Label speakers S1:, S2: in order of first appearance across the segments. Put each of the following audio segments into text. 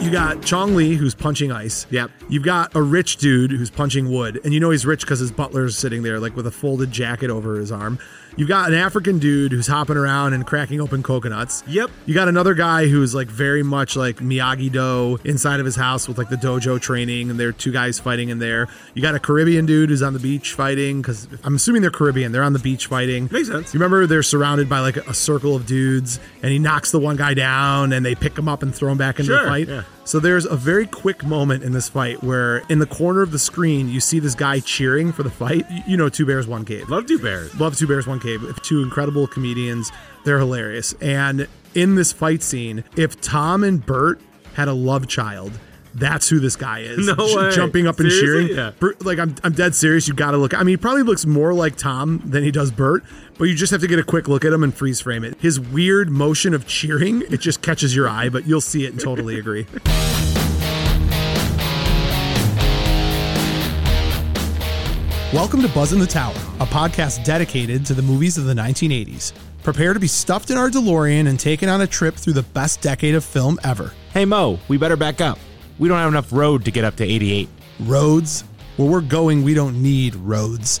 S1: you got Chong Lee who's punching ice.
S2: Yep.
S1: You've got a rich dude who's punching wood, and you know he's rich because his butler's sitting there like with a folded jacket over his arm. You've got an African dude who's hopping around and cracking open coconuts.
S2: Yep.
S1: You got another guy who's like very much like Miyagi Do inside of his house with like the dojo training, and there are two guys fighting in there. You got a Caribbean dude who's on the beach fighting because I'm assuming they're Caribbean. They're on the beach fighting.
S2: Makes sense.
S1: You remember they're surrounded by like a circle of dudes, and he knocks the one guy down, and they pick him up and throw him back into the
S2: Sure,
S1: fight.
S2: yeah.
S1: So there's a very quick moment in this fight where in the corner of the screen you see this guy cheering for the fight. You- You know, Two Bears One Cave.
S2: Love Two Bears.
S1: Love Two Bears One Cave. Two incredible comedians. They're hilarious. And in this fight scene, if Tom and Bert had a love child, that's who this guy is.
S2: No way.
S1: Jumping up and
S2: Seriously?
S1: cheering.
S2: Yeah.
S1: Bert, like I'm, I'm dead serious. You got to look. I mean, he probably looks more like Tom than he does Bert, but you just have to get a quick look at him and freeze frame it. His weird motion of cheering, it just catches your eye, but you'll see it and totally agree. Welcome to Buzz in the Tower, a podcast dedicated to the movies of the 1980s. Prepare to be stuffed in our DeLorean and taken on a trip through the best decade of film ever.
S2: Hey Mo, we better back up. We don't have enough road to get up to 88.
S1: roads. Where we're going, we don't need roads.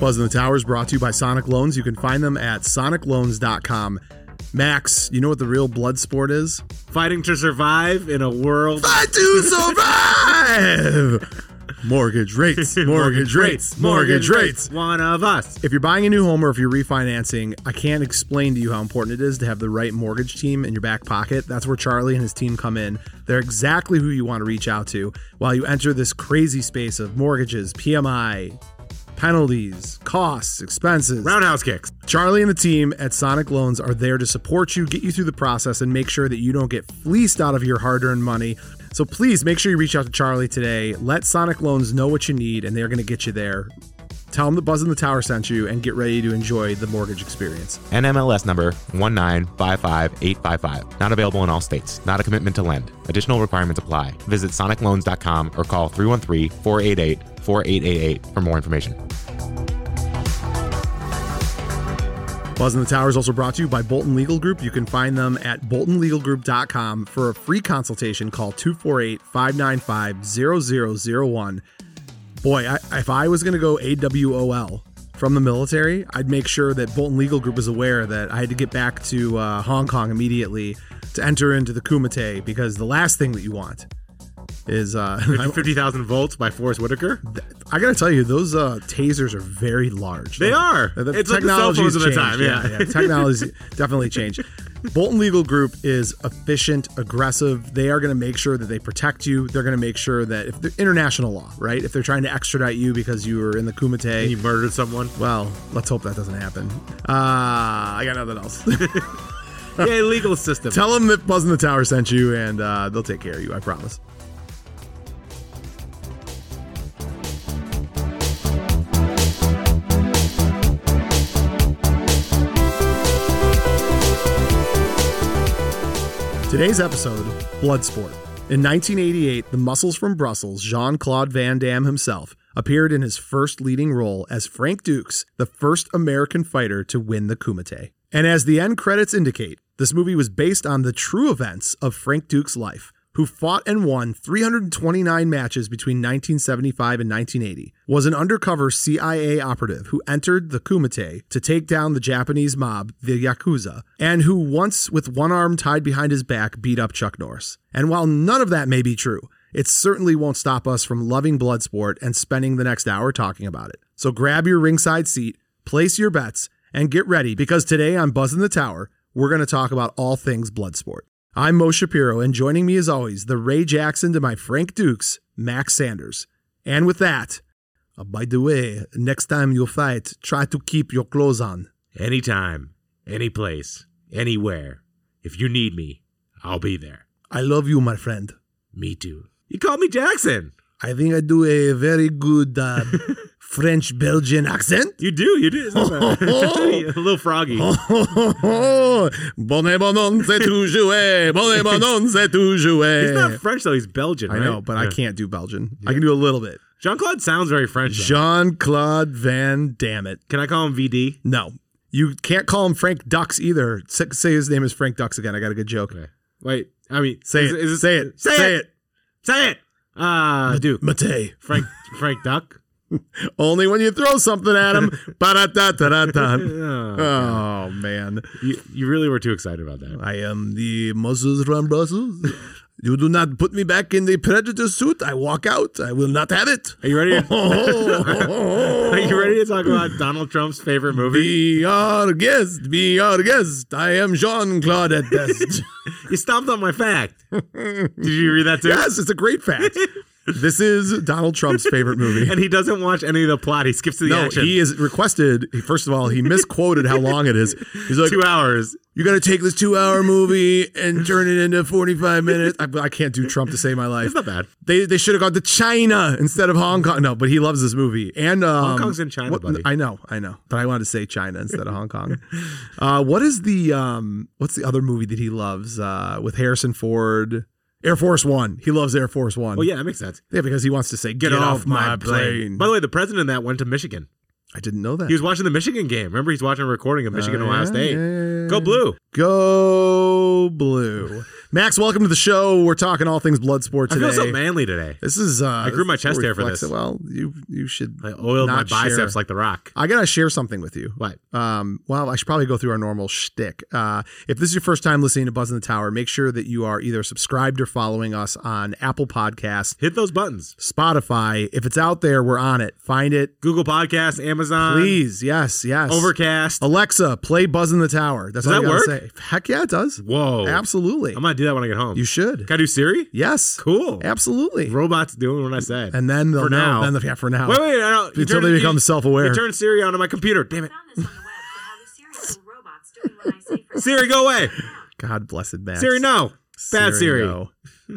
S1: Buzz in the Tower is brought to you by Sonic Loans. You can find them at sonicloans.com. Max, you know what the real blood sport is?
S2: Fighting to survive in a world.
S1: I do survive! mortgage rates, mortgage rates, mortgage rates.
S2: One of us.
S1: If you're buying a new home or if you're refinancing, I can't explain to you how important it is to have the right mortgage team in your back pocket. That's where Charlie and his team come in. They're exactly who you want to reach out to while you enter this crazy space of mortgages, PMI, penalties, costs, expenses.
S2: Roundhouse kicks.
S1: Charlie and the team at Sonic Loans are there to support you, get you through the process, and make sure that you don't get fleeced out of your hard earned money. So please make sure you reach out to Charlie today. Let Sonic Loans know what you need, and they're going to get you there. Tell them the Buzz in the Tower sent you and get ready to enjoy the mortgage experience.
S3: NMLS number 1955855. Not available in all states. Not a commitment to lend. Additional requirements apply. Visit sonicloans.com or call 313-488-4888 for more information.
S1: Buzz in the Tower is also brought to you by Bolton Legal Group. You can find them at boltonlegalgroup.com for a free consultation. Call 248 595 0001. Boy, I, if I was going to go AWOL from the military, I'd make sure that Bolton Legal Group is aware that I had to get back to uh, Hong Kong immediately to enter into the Kumite because the last thing that you want is uh, I,
S2: 50,000 volts by Forrest Whitaker.
S1: I got to tell you, those uh, tasers are very large.
S2: They are.
S1: The- the
S2: it's like the cell
S1: technology
S2: phones
S1: has
S2: of the time.
S1: changed.
S2: Yeah.
S1: yeah. Technology's definitely changed. Bolton Legal Group is efficient, aggressive. They are going to make sure that they protect you. They're going to make sure that if they're international law, right? If they're trying to extradite you because you were in the Kumite,
S2: you murdered someone.
S1: well, let's hope that doesn't happen. Uh, I got nothing else.
S2: yeah, legal system.
S1: Tell them that Buzz in the Tower sent you, and uh, they'll take care of you. I promise. Today's episode Bloodsport. In 1988, the muscles from Brussels, Jean Claude Van Damme himself, appeared in his first leading role as Frank Dukes, the first American fighter to win the Kumite. And as the end credits indicate, this movie was based on the true events of Frank Dukes' life, who fought and won 329 matches between 1975 and 1980, was an undercover CIA operative who entered the Kumite to take down the Japanese mob, the Yakuza, and who once, with one arm tied behind his back, beat up Chuck Norris. And while none of that may be true, it certainly won't stop us from loving Bloodsport and spending the next hour talking about it. So grab your ringside seat, place your bets, and get ready because today on Buzz in the Tower, we're going to talk about all things Bloodsport. I'm Mo Shapiro, and joining me as always, the Ray Jackson to my Frank Dukes, Max Sanders. And with that, uh, by the way, next time you fight, try to keep your clothes on.
S2: Anytime, any place, anywhere. If you need me, I'll be there.
S1: I love you, my friend.
S2: Me too. You call me Jackson.
S1: I think I do a very good uh, French Belgian accent.
S2: You do. You do. Isn't that- a little froggy.
S1: Oh, Bonne bonhomme, c'est tout joué. Bonne bonhomme, c'est tout joué.
S2: He's not French though. He's Belgian.
S1: I
S2: right?
S1: know, but I
S2: Yeah.
S1: can't do Belgian. I can do a little bit.
S2: Jean Claude sounds very French. though.
S1: Jean Claude Van Damme. it.
S2: Can I call him VD?
S1: No, you can't call him Frank Ducks either. S- Say his name is Frank Ducks again. I got a good joke.
S2: Okay. Wait. I mean,
S1: Say
S2: is,
S1: it.
S2: is
S1: say it.
S2: Say, it.
S1: it.
S2: Say it. Uh, Duke.
S1: Mate.
S2: Frank. Frank Duck.
S1: Only when you throw something at him. Ba-da-da-da-da-da.
S2: Uh,
S1: oh man,
S2: you, you really were too excited about that.
S1: I am the muscles from Brussels. You do not put me back in the predator suit. I walk out. I will not have it. Oh,
S2: Are you ready? To, are you ready to talk about Donald Trump's favorite movie?
S1: Be our guest. Be our guest. I am Jean Claude at best.
S2: You stomped on my fact. Did you read that too?
S1: yes, it's a great fact. This is Donald Trump's favorite movie.
S2: And he doesn't watch any of the plot. He skips to the
S1: No,
S2: action.
S1: he is requested. he- First of all, he misquoted how long it is. He's like,
S2: Two hours.
S1: "You're gonna take this two-hour movie and turn it into 45 minutes." I, I can't do Trump to save my life.
S2: It's not bad.
S1: They they should have gone to China instead of Hong Kong. No, but he loves this movie. And um, Hong
S2: Kong's in China, buddy.
S1: I know, I know. But I wanted to say China instead of Hong Kong. Uh, what is the um? What's the other movie that he loves uh, with Harrison Ford? Air Force One. He loves Air Force One.
S2: Well, yeah, that makes sense.
S1: yeah, because he wants to say, "Get, off, my plane."
S2: By the way, the president of that went to Michigan.
S1: I didn't know that.
S2: He was watching the Michigan game. Remember, he's watching a recording of Michigan
S1: Oh,
S2: Ohio
S1: yeah,
S2: State.
S1: yeah, yeah, yeah.
S2: Go blue.
S1: Go blue. Max, welcome to the show. We're talking all things blood sport today.
S2: I feel so manly today.
S1: This is uh I
S2: grew my chest hair for this.
S1: Well, you you should
S2: I oiled
S1: not
S2: my biceps
S1: share.
S2: like the Rock.
S1: I gotta share something with you.
S2: What?
S1: Um, well, I should probably go through our normal shtick. Uh, if this is your first time listening to Buzz in the Tower, make sure that you are either subscribed or following us on Apple Podcasts,
S2: Hit those buttons.
S1: Spotify. If it's out there, we're on it. Find it.
S2: Google Podcasts, Amazon,
S1: Please, yes, yes.
S2: Overcast.
S1: Alexa, play Buzz in the Tower. That's
S2: Does
S1: all
S2: that
S1: you gotta
S2: work?
S1: say. Heck yeah, it does.
S2: Whoa.
S1: Absolutely.
S2: I'm going to do that when I get home.
S1: You should.
S2: Can I do Siri?
S1: Yes.
S2: Cool.
S1: Absolutely.
S2: Robots doing what I said.
S1: And then they'll
S2: For
S1: know-
S2: now.
S1: Then they'll, yeah, for now.
S2: wait, wait, I don't. you
S1: Until
S2: turned-
S1: they
S2: you-
S1: become self-aware.
S2: You turn Siri onto my computer. Damn it.
S4: found this on the web for how the serial killer robots doing what I say for
S2: Siri, go away.
S1: God bless it, Max.
S2: Siri, no. Bad Siri.
S1: no.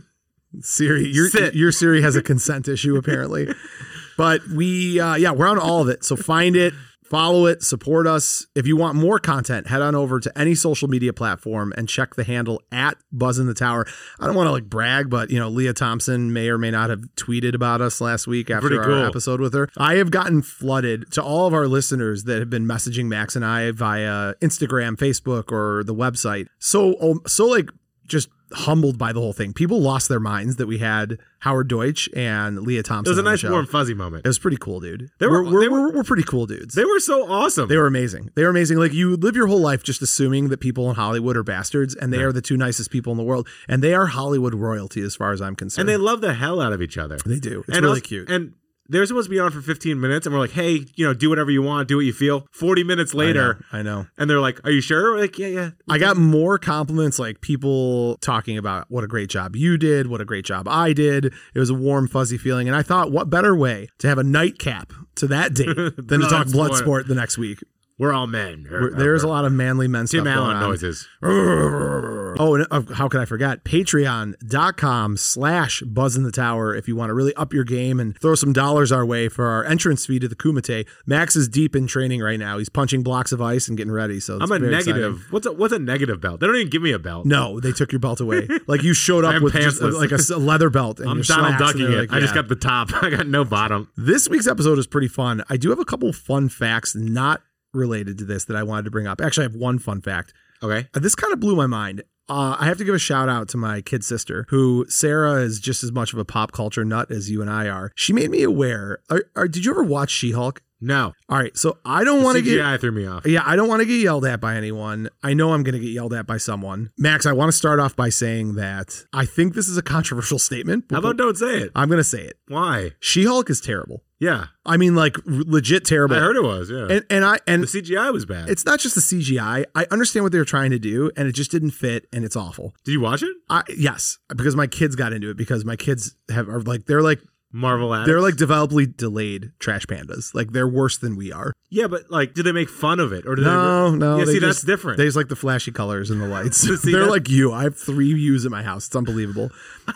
S1: Siri, your
S2: Sit.
S1: your Siri has a consent issue apparently. but we, uh, yeah, we're on all of it. So find it, follow it, support us. If you want more content, head on over to any social media platform and check the handle at Buzz in the Tower. I don't want to like brag, but you know, Leah Thompson may or may not have tweeted about us last week after
S2: Pretty
S1: our
S2: cool.
S1: episode with her. I have gotten flooded to all of our listeners that have been messaging Max and I via Instagram, Facebook, or the website. So, um, so like just humbled by the whole thing. People lost their minds that we had Howard Deutsch and Leah
S2: It
S1: Thompson.
S2: was a
S1: on the
S2: nice,
S1: show.
S2: warm, fuzzy moment.
S1: It was pretty cool, dude.
S2: They
S1: we're,
S2: were-
S1: we're,
S2: they were-
S1: we're- we're pretty cool dudes.
S2: They were so awesome.
S1: They were amazing. They were amazing. Like you live your whole life just assuming that people in Hollywood are bastards, and they are the two nicest people in the world, and they are Hollywood royalty as far as I'm concerned.
S2: and they love the hell out of each other.
S1: they do. It's
S2: and
S1: really
S2: us-
S1: cute.
S2: And they're supposed to be on for 15 minutes, and we're like, hey, you know, do whatever you want, do what you feel. 40 minutes
S1: I know,
S2: later,
S1: I know.
S2: and they're like, are you sure? We're like, yeah, yeah.
S1: I got more compliments like people talking about what a great job you did, what a great job I did. It was a warm, fuzzy feeling. And I thought, what better way to have a nightcap to that date than to talk blood
S2: Bloodsport.
S1: sport the next week?
S2: We're all men. Er,
S1: We're- There's
S2: er,
S1: a lot of manly men
S2: Tim
S1: stuff going
S2: Allen
S1: on.
S2: noises.
S1: Oh, and uh, how could I forget? Patreon.com slash Buzz in the Tower if you want to really up your game and throw some dollars our way for our entrance fee to the Kumite. Max is deep in training right now. He's punching blocks of ice and getting ready. So it's
S2: I'm a
S1: very
S2: negative.
S1: exciting.
S2: What's a what's a negative belt? They don't even give me a belt.
S1: No, they took your belt away. Like you showed up
S2: I'm
S1: with just, uh,
S2: pantsless.
S1: like a s- a leather belt. And
S2: I'm
S1: your
S2: Donald
S1: slacks, and
S2: ducking it.
S1: they're like,
S2: I just
S1: yeah.
S2: got the top. I got no bottom.
S1: This week's episode is pretty fun. I do have a couple fun facts not related to this that I wanted to bring up. Actually, I have one fun fact.
S2: Okay.
S1: Uh, This kind of blew my mind. Uh, I have to give a shout out to my kid sister, who Sarah is just as much of a pop culture nut as you and I are. She made me aware. Are, are, did you ever watch She Hulk?
S2: No.
S1: All right, so I don't want to get
S2: CGI threw me off.
S1: yeah, I don't want to get yelled at by anyone. I know I'm going to get yelled at by someone. Max, I want to start off by saying that I think this is a controversial statement.
S2: How about don't say it?
S1: I'm going to say it.
S2: Why?
S1: She Hulk is terrible.
S2: Yeah.
S1: I mean, like r- legit terrible.
S2: I heard it was. Yeah.
S1: and and I
S2: the
S1: and
S2: CGI was bad.
S1: it's not just the CGI. I understand what they were trying to do, and it just didn't fit, and it's awful.
S2: Did you watch it?
S1: I yes, because my kids got into it because my kids have are like they're like
S2: Marvel addicts.
S1: they're like developably delayed trash pandas. Like they're worse than we are.
S2: yeah, but like, did they make fun of it or did
S1: No,
S2: they?
S1: no.
S2: Yeah,
S1: they
S2: see,
S1: just-
S2: that's different.
S1: They just like the flashy colors and the lights.
S2: See,
S1: they're
S2: that-
S1: like you. I have three views in my house. It's unbelievable.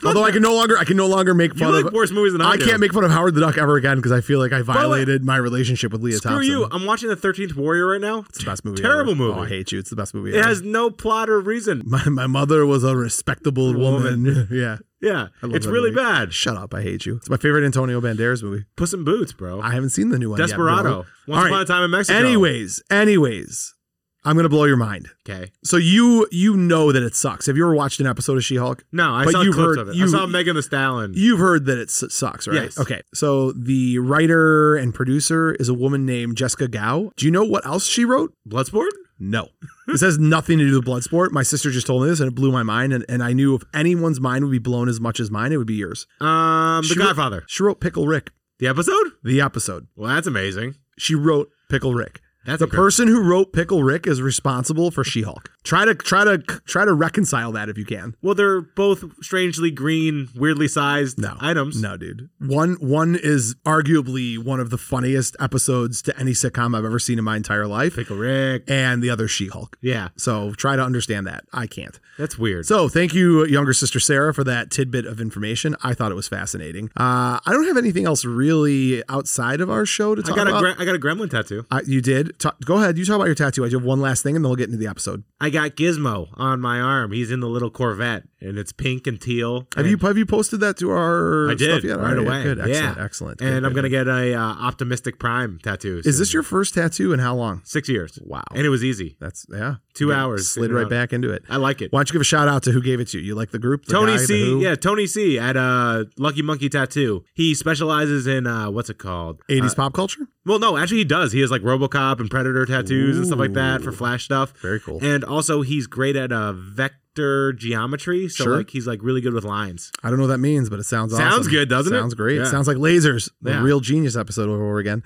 S1: Although I can no longer I can no longer make
S2: you
S1: fun
S2: like
S1: of
S2: worse movies than I,
S1: I
S2: do.
S1: can't make fun of Howard the Duck ever again because I feel like I
S2: the way,
S1: violated my relationship with Leah
S2: Screw
S1: Thompson.
S2: you! I'm watching the Thirteenth Warrior right now. It's
S1: It's the best movie.
S2: Terrible
S1: ever.
S2: movie.
S1: Oh, I hate you. It's the best movie.
S2: It
S1: ever.
S2: has no plot or reason.
S1: my my mother was a respectable woman.
S2: Woman.
S1: yeah.
S2: Yeah,
S1: I love
S2: it's
S1: that
S2: really
S1: movie.
S2: bad.
S1: Shut up! I hate you. It's my favorite Antonio Banderas movie.
S2: Puss in Boots, bro.
S1: I haven't seen the new one. yet, bro.
S2: Desperado. Once
S1: All
S2: upon
S1: right.
S2: a time in Mexico.
S1: Anyways, anyways, I'm gonna blow your mind.
S2: okay.
S1: So you you know that it sucks. Have you ever watched an episode of She-Hulk?
S2: No, I
S1: But
S2: saw
S1: you've
S2: clips
S1: heard-
S2: of it.
S1: you-
S2: I saw Megan the Stallion.
S1: You've heard that it s- sucks, right?
S2: Yes.
S1: Okay. So the writer and producer is a woman named Jessica Gao. Do you know what else she wrote?
S2: Bloodsport?
S1: No. this has nothing to do with Bloodsport. My sister just told me this, and it blew my mind. And, and I knew if anyone's mind would be blown as much as mine, it would be yours.
S2: Um, The
S1: She wrote-
S2: Godfather.
S1: She wrote Pickle Rick,
S2: the episode?
S1: the episode.
S2: Well, that's amazing.
S1: She wrote Pickle Rick.
S2: That's
S1: the
S2: incredible.
S1: person who wrote Pickle Rick is responsible for She-Hulk. Try to try to try to reconcile that if you can.
S2: Well, they're both strangely green, weirdly sized
S1: No
S2: items.
S1: No, dude. One one is arguably one of the funniest episodes to any sitcom I've ever seen in my entire life,
S2: Pickle Rick.
S1: and the other She-Hulk.
S2: Yeah,
S1: So try to understand that. I can't.
S2: that's weird.
S1: So thank you, younger sister Sarah, for that tidbit of information. I thought it was fascinating. Uh, I don't have anything else really outside of our show to
S2: I
S1: talk
S2: got a
S1: about.
S2: gre- I got a gremlin tattoo.
S1: Uh, you did. Ta- go ahead. You talk about your tattoo. I do have one last thing, and then we'll get into the episode.
S2: I got Gizmo on my arm. He's in the little Corvette, and it's pink and teal.
S1: Have
S2: and
S1: you have you posted that to our?
S2: I
S1: stuff
S2: did
S1: yet?
S2: right
S1: All
S2: away.
S1: Good. Excellent.
S2: yeah.
S1: Excellent.
S2: And
S1: Good,
S2: I'm
S1: good.
S2: gonna get a uh, optimistic prime tattoo.
S1: Is
S2: soon.
S1: this your first tattoo, and how long?
S2: six years?
S1: Wow.
S2: And it was easy.
S1: That's yeah.
S2: Two
S1: Yeah,
S2: hours.
S1: Slid
S2: in and
S1: right
S2: out.
S1: back into it.
S2: I like it.
S1: Why don't you give a shout out to who gave it to you? You like the group? The
S2: Tony
S1: guy, the
S2: C.
S1: who?
S2: Yeah, Tony C. At uh, Lucky Monkey Tattoo. He specializes in uh, what's it called?
S1: 80s
S2: Uh,
S1: pop culture.
S2: well, no, actually, he does. He has like RoboCop and Predator tattoos and stuff like that for
S1: Ooh.
S2: Flash stuff.
S1: Very cool.
S2: And also, he's great at uh, vector geometry. So
S1: Sure.
S2: like, he's like really good with lines.
S1: I don't know what that means, but it sounds
S2: Sounds
S1: awesome.
S2: good, doesn't it?
S1: Sounds great.
S2: Yeah.
S1: Sounds like lasers. The
S2: Yeah. Hmm.
S1: real genius episode over and over again.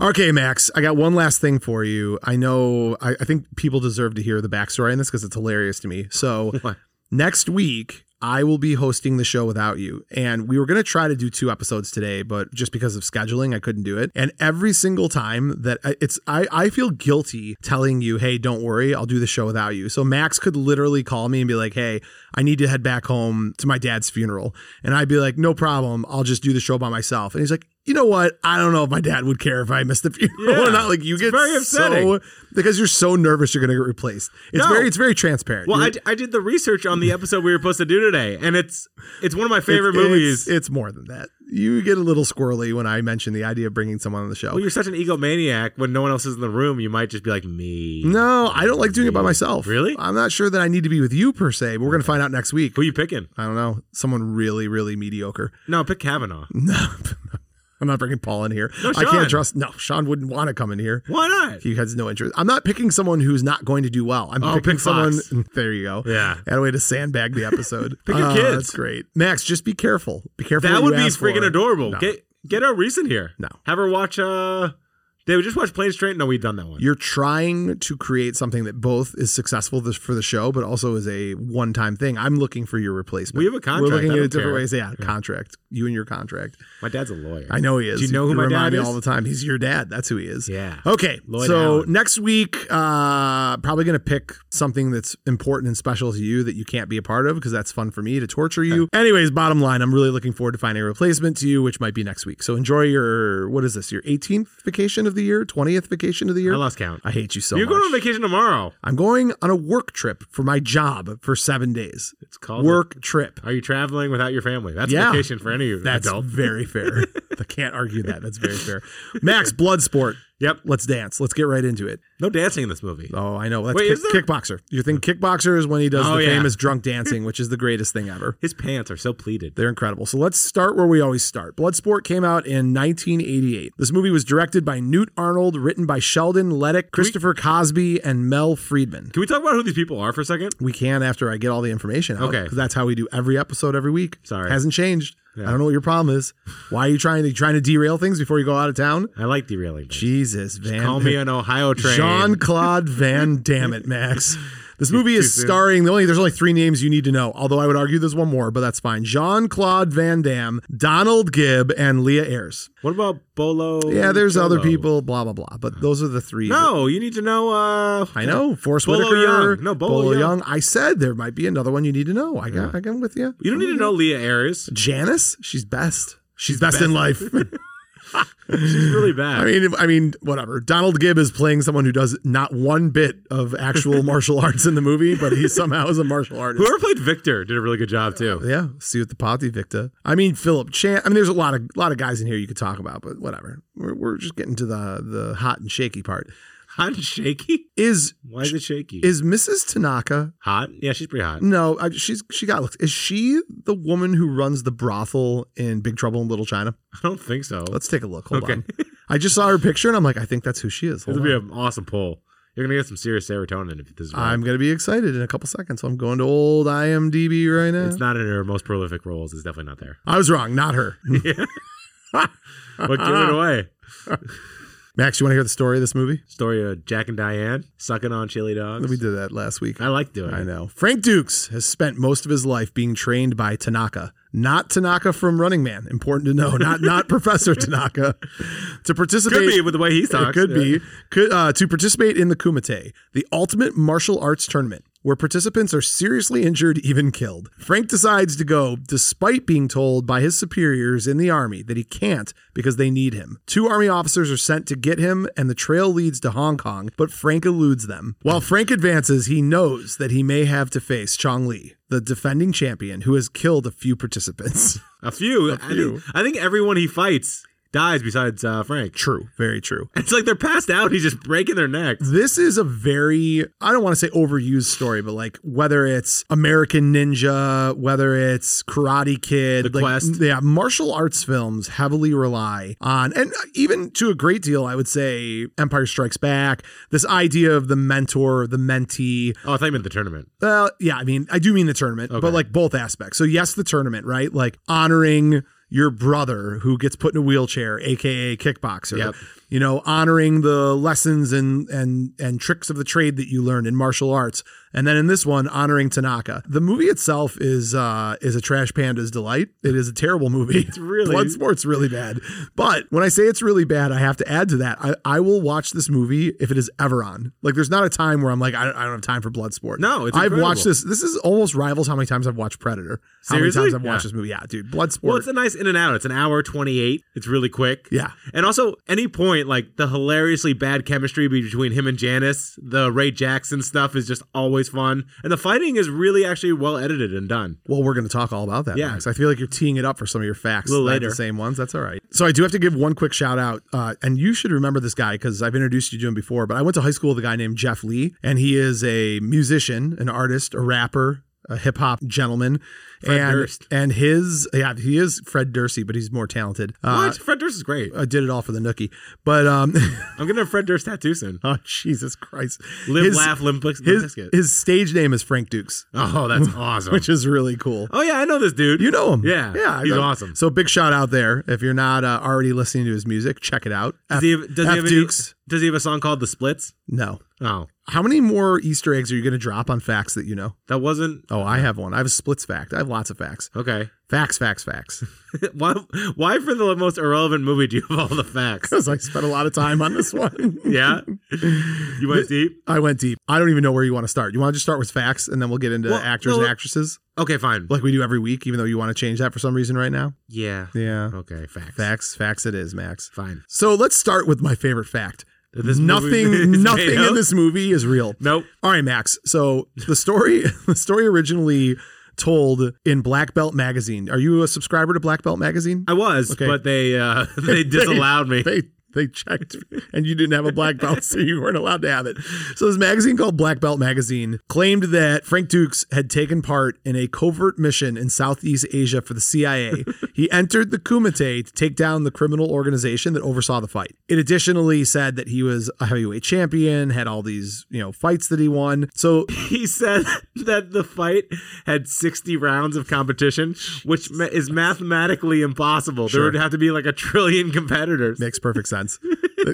S1: Okay, Max, I got one last thing for you. I know I, I think people deserve to hear the backstory on this because it's hilarious to me. So
S2: What?
S1: next week I will be hosting the show without you. And we were going to try to do two episodes today, but just because of scheduling, I couldn't do it. And every single time that I, it's, I, I feel guilty telling you, hey, don't worry, I'll do the show without you. So Max could literally call me and be like, hey, I need to head back home to my dad's funeral. And I'd be like, no problem. I'll just do the show by myself. And he's like, you know what? I don't know if my dad would care if I missed the funeral or
S2: Yeah.
S1: not. Like you
S2: It's
S1: get
S2: very
S1: so
S2: upsetting.
S1: because you're so nervous you're going to get replaced. It's
S2: No.
S1: very it's very transparent.
S2: Well,
S1: You're-
S2: I, d- I did the research on the episode we were supposed to do today, and it's it's one of my favorite
S1: It's-
S2: movies.
S1: It's, it's more than that. You get a little squirrely when I mention the idea of bringing someone on the show.
S2: well, you're such an egomaniac. When no one else is in the room, you might just be like me.
S1: no, I don't like doing it by myself.
S2: Really?
S1: I'm not sure that I need to be with you per se, but we're going to find out next week.
S2: Who you picking?
S1: I don't know. Someone really, really mediocre.
S2: No, pick Kavanaugh.
S1: No, I'm not bringing Paul in here.
S2: No,
S1: I
S2: Sean.
S1: can't trust. No, Sean wouldn't want to come in here.
S2: Why not?
S1: He has no interest. I'm not picking someone who's not going to do well. I'm
S2: Oh,
S1: picking
S2: pick
S1: someone.
S2: Fox.
S1: There you go.
S2: Yeah.
S1: Had a way to sandbag the episode.
S2: Pick your
S1: Ah,
S2: kids.
S1: That's great. Max, just be careful. Be careful.
S2: That
S1: what
S2: would
S1: you
S2: be
S1: ask for.
S2: freaking adorable.
S1: No.
S2: Get get our recent here.
S1: No.
S2: Have her watch uh They would just watch Planes, Train. No, we've done that one.
S1: You're trying to create something that both is successful this, for the show, but also is a one time thing. I'm looking for your replacement.
S2: We have a contract.
S1: We're looking
S2: I
S1: at it
S2: don't
S1: different
S2: care.
S1: ways. Yeah, contract. You and your contract.
S2: my dad's a lawyer.
S1: I know he is.
S2: Do you know who my
S1: remind
S2: dad
S1: me
S2: is?
S1: all the time. He's your dad. That's who he is.
S2: Yeah.
S1: Okay.
S2: Lloyd
S1: so
S2: Allen.
S1: next week, uh, probably going to pick something that's important and special to you that you can't be a part of because that's fun for me to torture you. Anyways, bottom line, I'm really looking forward to finding a replacement to you, which might be next week. So enjoy your what is this? Your 18th vacation of the year, 20th vacation of the year.
S2: I lost count.
S1: I hate you so
S2: You're
S1: much.
S2: going on vacation tomorrow.
S1: I'm going on a work trip for my job for seven days.
S2: It's called
S1: Work trip.
S2: Are you traveling without your family? That's
S1: Yeah.
S2: vacation for any
S1: That's
S2: adult.
S1: very fair. I can't argue that. That's very fair. Max, Bloodsport.
S2: Yep.
S1: Let's dance. Let's get right into it.
S2: No dancing in this movie.
S1: Oh, I know. That's
S2: Wait,
S1: kick-
S2: is there-
S1: kickboxer. You think kickboxer is when he does
S2: Oh,
S1: the
S2: yeah.
S1: famous drunk dancing, which is the greatest thing ever.
S2: His pants are so pleated.
S1: They're incredible. So let's start where we always start. Bloodsport came out in 1988. This movie was directed by Newt Arnold, written by Sheldon Leddick, Christopher Cosby, and Mel Friedman.
S2: Can we talk about who these people are for a second?
S1: We can after I get all the information out.
S2: Okay.
S1: 'cause that's how we do every episode every week.
S2: Sorry.
S1: Hasn't changed. I don't know what your problem is. Why are you trying to trying to derail things before you go out of town?
S2: I like derailing. things.
S1: Jesus, Van.
S2: Call me an Ohio train.
S1: Jean Claude Van Damme it, Max. This movie is
S2: soon.
S1: starring the only there's only three names you need to know. Although I would argue there's one more, but that's fine. Jean Claude Van Damme, Donald Gibb, and Leah Ayres.
S2: What about Bolo?
S1: Yeah, there's other
S2: Bolo?
S1: people, blah blah blah. But those are the three. that-
S2: No, you need to know. Uh,
S1: I know. Forrest
S2: Bolo
S1: Whitaker,
S2: Young. No, Bolo Young.
S1: I said there might be another one you need to know. I got. I got with you.
S2: You don't need to know Leah Ayres.
S1: Janice. She's best. She's best in life.
S2: She's really bad.
S1: I mean, if- I mean, whatever. Donald Gibb is playing someone who does not one bit of actual martial arts in the movie, but he somehow is a martial artist.
S2: Whoever played Victor did a really good job too.
S1: Yeah, see with the Pati Victa. I mean, Philip Chan. I mean, there's a lot of lot of guys in here you could talk about, but whatever. We're, we're just getting to the the hot and shaky part.
S2: Hot and shaky.
S1: Is
S2: Why is it shaky?
S1: is Mm. Mrs. Tanaka?
S2: hot? Yeah, she's pretty hot.
S1: No, I, she's she got looks. Is she the woman who runs the brothel in Big Trouble in Little China?
S2: I don't think so.
S1: Let's take a look. Hold
S2: Okay.
S1: on. I just saw her picture and I'm like, I think that's who she is.
S2: This
S1: Hold
S2: will be
S1: on.
S2: an awesome poll. You're gonna get some serious serotonin if this is right.
S1: I'm gonna be excited in a couple seconds. So I'm going to old IMDb right now.
S2: It's not in her most prolific roles. It's definitely not there.
S1: I was wrong, not her.
S2: But give it away.
S1: Max, you want to hear the story of this movie?
S2: Story of Jack and Diane sucking on chili dogs.
S1: We did that last week.
S2: I like doing
S1: I
S2: it.
S1: know. Frank Dukes has spent most of his life being trained by Tanaka. Not Tanaka from Running Man. Important to know. Not not Professor Tanaka. To participate.
S2: Could be with the way he talks.
S1: It could
S2: Yeah.
S1: be. Could, uh, to participate in the Kumite, the ultimate martial arts tournament, where participants are seriously injured, even killed. Frank decides to go, despite being told by his superiors in the army that he can't because they need him. Two army officers are sent to get him, and the trail leads to Hong Kong, but Frank eludes them. While Frank advances, he knows that he may have to face Chong Li, the defending champion, who has killed a few participants.
S2: A few. I,
S1: few.
S2: think, I think everyone he fights dies besides uh, Frank.
S1: true, very true.
S2: It's like they're passed out. He's just breaking their necks.
S1: This is a very, I don't want to say overused story, but like whether it's American Ninja, whether it's Karate Kid,
S2: The
S1: like,
S2: Quest.
S1: Yeah, martial arts films heavily rely on, and even to a great deal, I would say Empire Strikes Back, this idea of the mentor, the mentee,
S2: Oh, I thought you meant the tournament.
S1: well, yeah, I mean, I do mean the tournament,
S2: Okay.
S1: but like both aspects. So yes, the tournament, right? Like honoring your brother who gets put in a wheelchair, aka kickboxer.
S2: Yep.
S1: You know, honoring the lessons and and and tricks of the trade that you learned in martial arts. And then in this one, honoring Tanaka. The movie itself is uh is a trash panda's delight. It is a terrible movie. It's
S2: really-
S1: Bloodsport's really bad. But when I say it's really bad, I have to add to that. I, I will watch this movie if it is ever on. Like there's not a time where I'm like, I don't, I don't have time for Bloodsport.
S2: No, it's
S1: I've
S2: incredible.
S1: watched this. This is almost rivals how many times I've watched Predator. How
S2: Seriously?
S1: many times I've watched
S2: Yeah.
S1: this movie? Yeah, dude. Bloodsport.
S2: Well, it's a nice in and out. It's an hour 28. It's really quick.
S1: yeah.
S2: And also, any point, like the hilariously bad chemistry between him and Janice, the Ray Jackson stuff is just always fun. And the fighting is really actually well edited and done.
S1: Well, we're going to talk all about that.
S2: Yeah.
S1: Max. I feel like you're teeing it up for some of your facts.
S2: A little
S1: I have
S2: later.
S1: the same ones. That's all right. So I do have to give one quick shout out, uh, and you should remember this guy because I've introduced you to him before. But I went to high school with a guy named Jeff Lee, and he is a musician, an artist, a rapper. a hip hop gentleman,
S2: Fred
S1: and
S2: Durst.
S1: and his yeah he is Fred Dursey, but he's more talented. Uh,
S2: what? Fred Durst is great.
S1: I did it all for the nookie, but um,
S2: I'm gonna have Fred Durst tattoo soon.
S1: oh Jesus Christ!
S2: Live,
S1: His-
S2: laugh, limp, limp
S1: His,
S2: biscuit.
S1: his stage name is Frank Dukes,
S2: oh, that's awesome.
S1: which is really cool.
S2: oh yeah, I know this dude.
S1: You know him,
S2: Yeah,
S1: yeah,
S2: he's
S1: I-
S2: awesome.
S1: So big shout out there. If you're not uh, already listening to his music, check it out.
S2: Does he have, does
S1: F
S2: he have any-
S1: Dukes?
S2: does he have a song called The Splits?
S1: No.
S2: Oh,
S1: How many more Easter eggs are you going to drop on facts that you know?
S2: that wasn't
S1: Oh, I have one. I have a splits fact. I have lots of facts.
S2: okay.
S1: Facts, facts, facts.
S2: why, why for the most irrelevant movie do you have all the facts?
S1: Because I spent a lot of time on this one.
S2: yeah, you went deep.
S1: I went deep. I don't even know where you want to start. You want to just start with facts and then we'll get into
S2: Well,
S1: actors
S2: no,
S1: and
S2: let-
S1: actresses
S2: Okay, fine.
S1: like we do every week, even though you want to change that for some reason right now?
S2: Yeah.
S1: Yeah.
S2: Okay, facts.
S1: Facts, facts it is, Max.
S2: Fine.
S1: So let's start with my favorite fact.
S2: That this movie
S1: nothing
S2: is
S1: nothing
S2: made
S1: in
S2: up?
S1: this movie is real.
S2: Nope.
S1: All right, Max. So the story the story originally told in Black Belt magazine. Are you a subscriber to Black Belt magazine?
S2: I was,
S1: Okay.
S2: but they uh, they disallowed me.
S1: They they checked and you didn't have a black belt, so you weren't allowed to have it. So this magazine called Black Belt Magazine claimed that Frank Dukes had taken part in a covert mission in Southeast Asia for the CIA. he entered the Kumite to take down the criminal organization that oversaw the fight. It additionally said that he was a heavyweight champion, had all these, you know, fights that he won. So
S2: He said that the fight had 60 rounds of competition, which ma- is mathematically impossible. There would have to be like a trillion competitors.
S1: Makes perfect sense.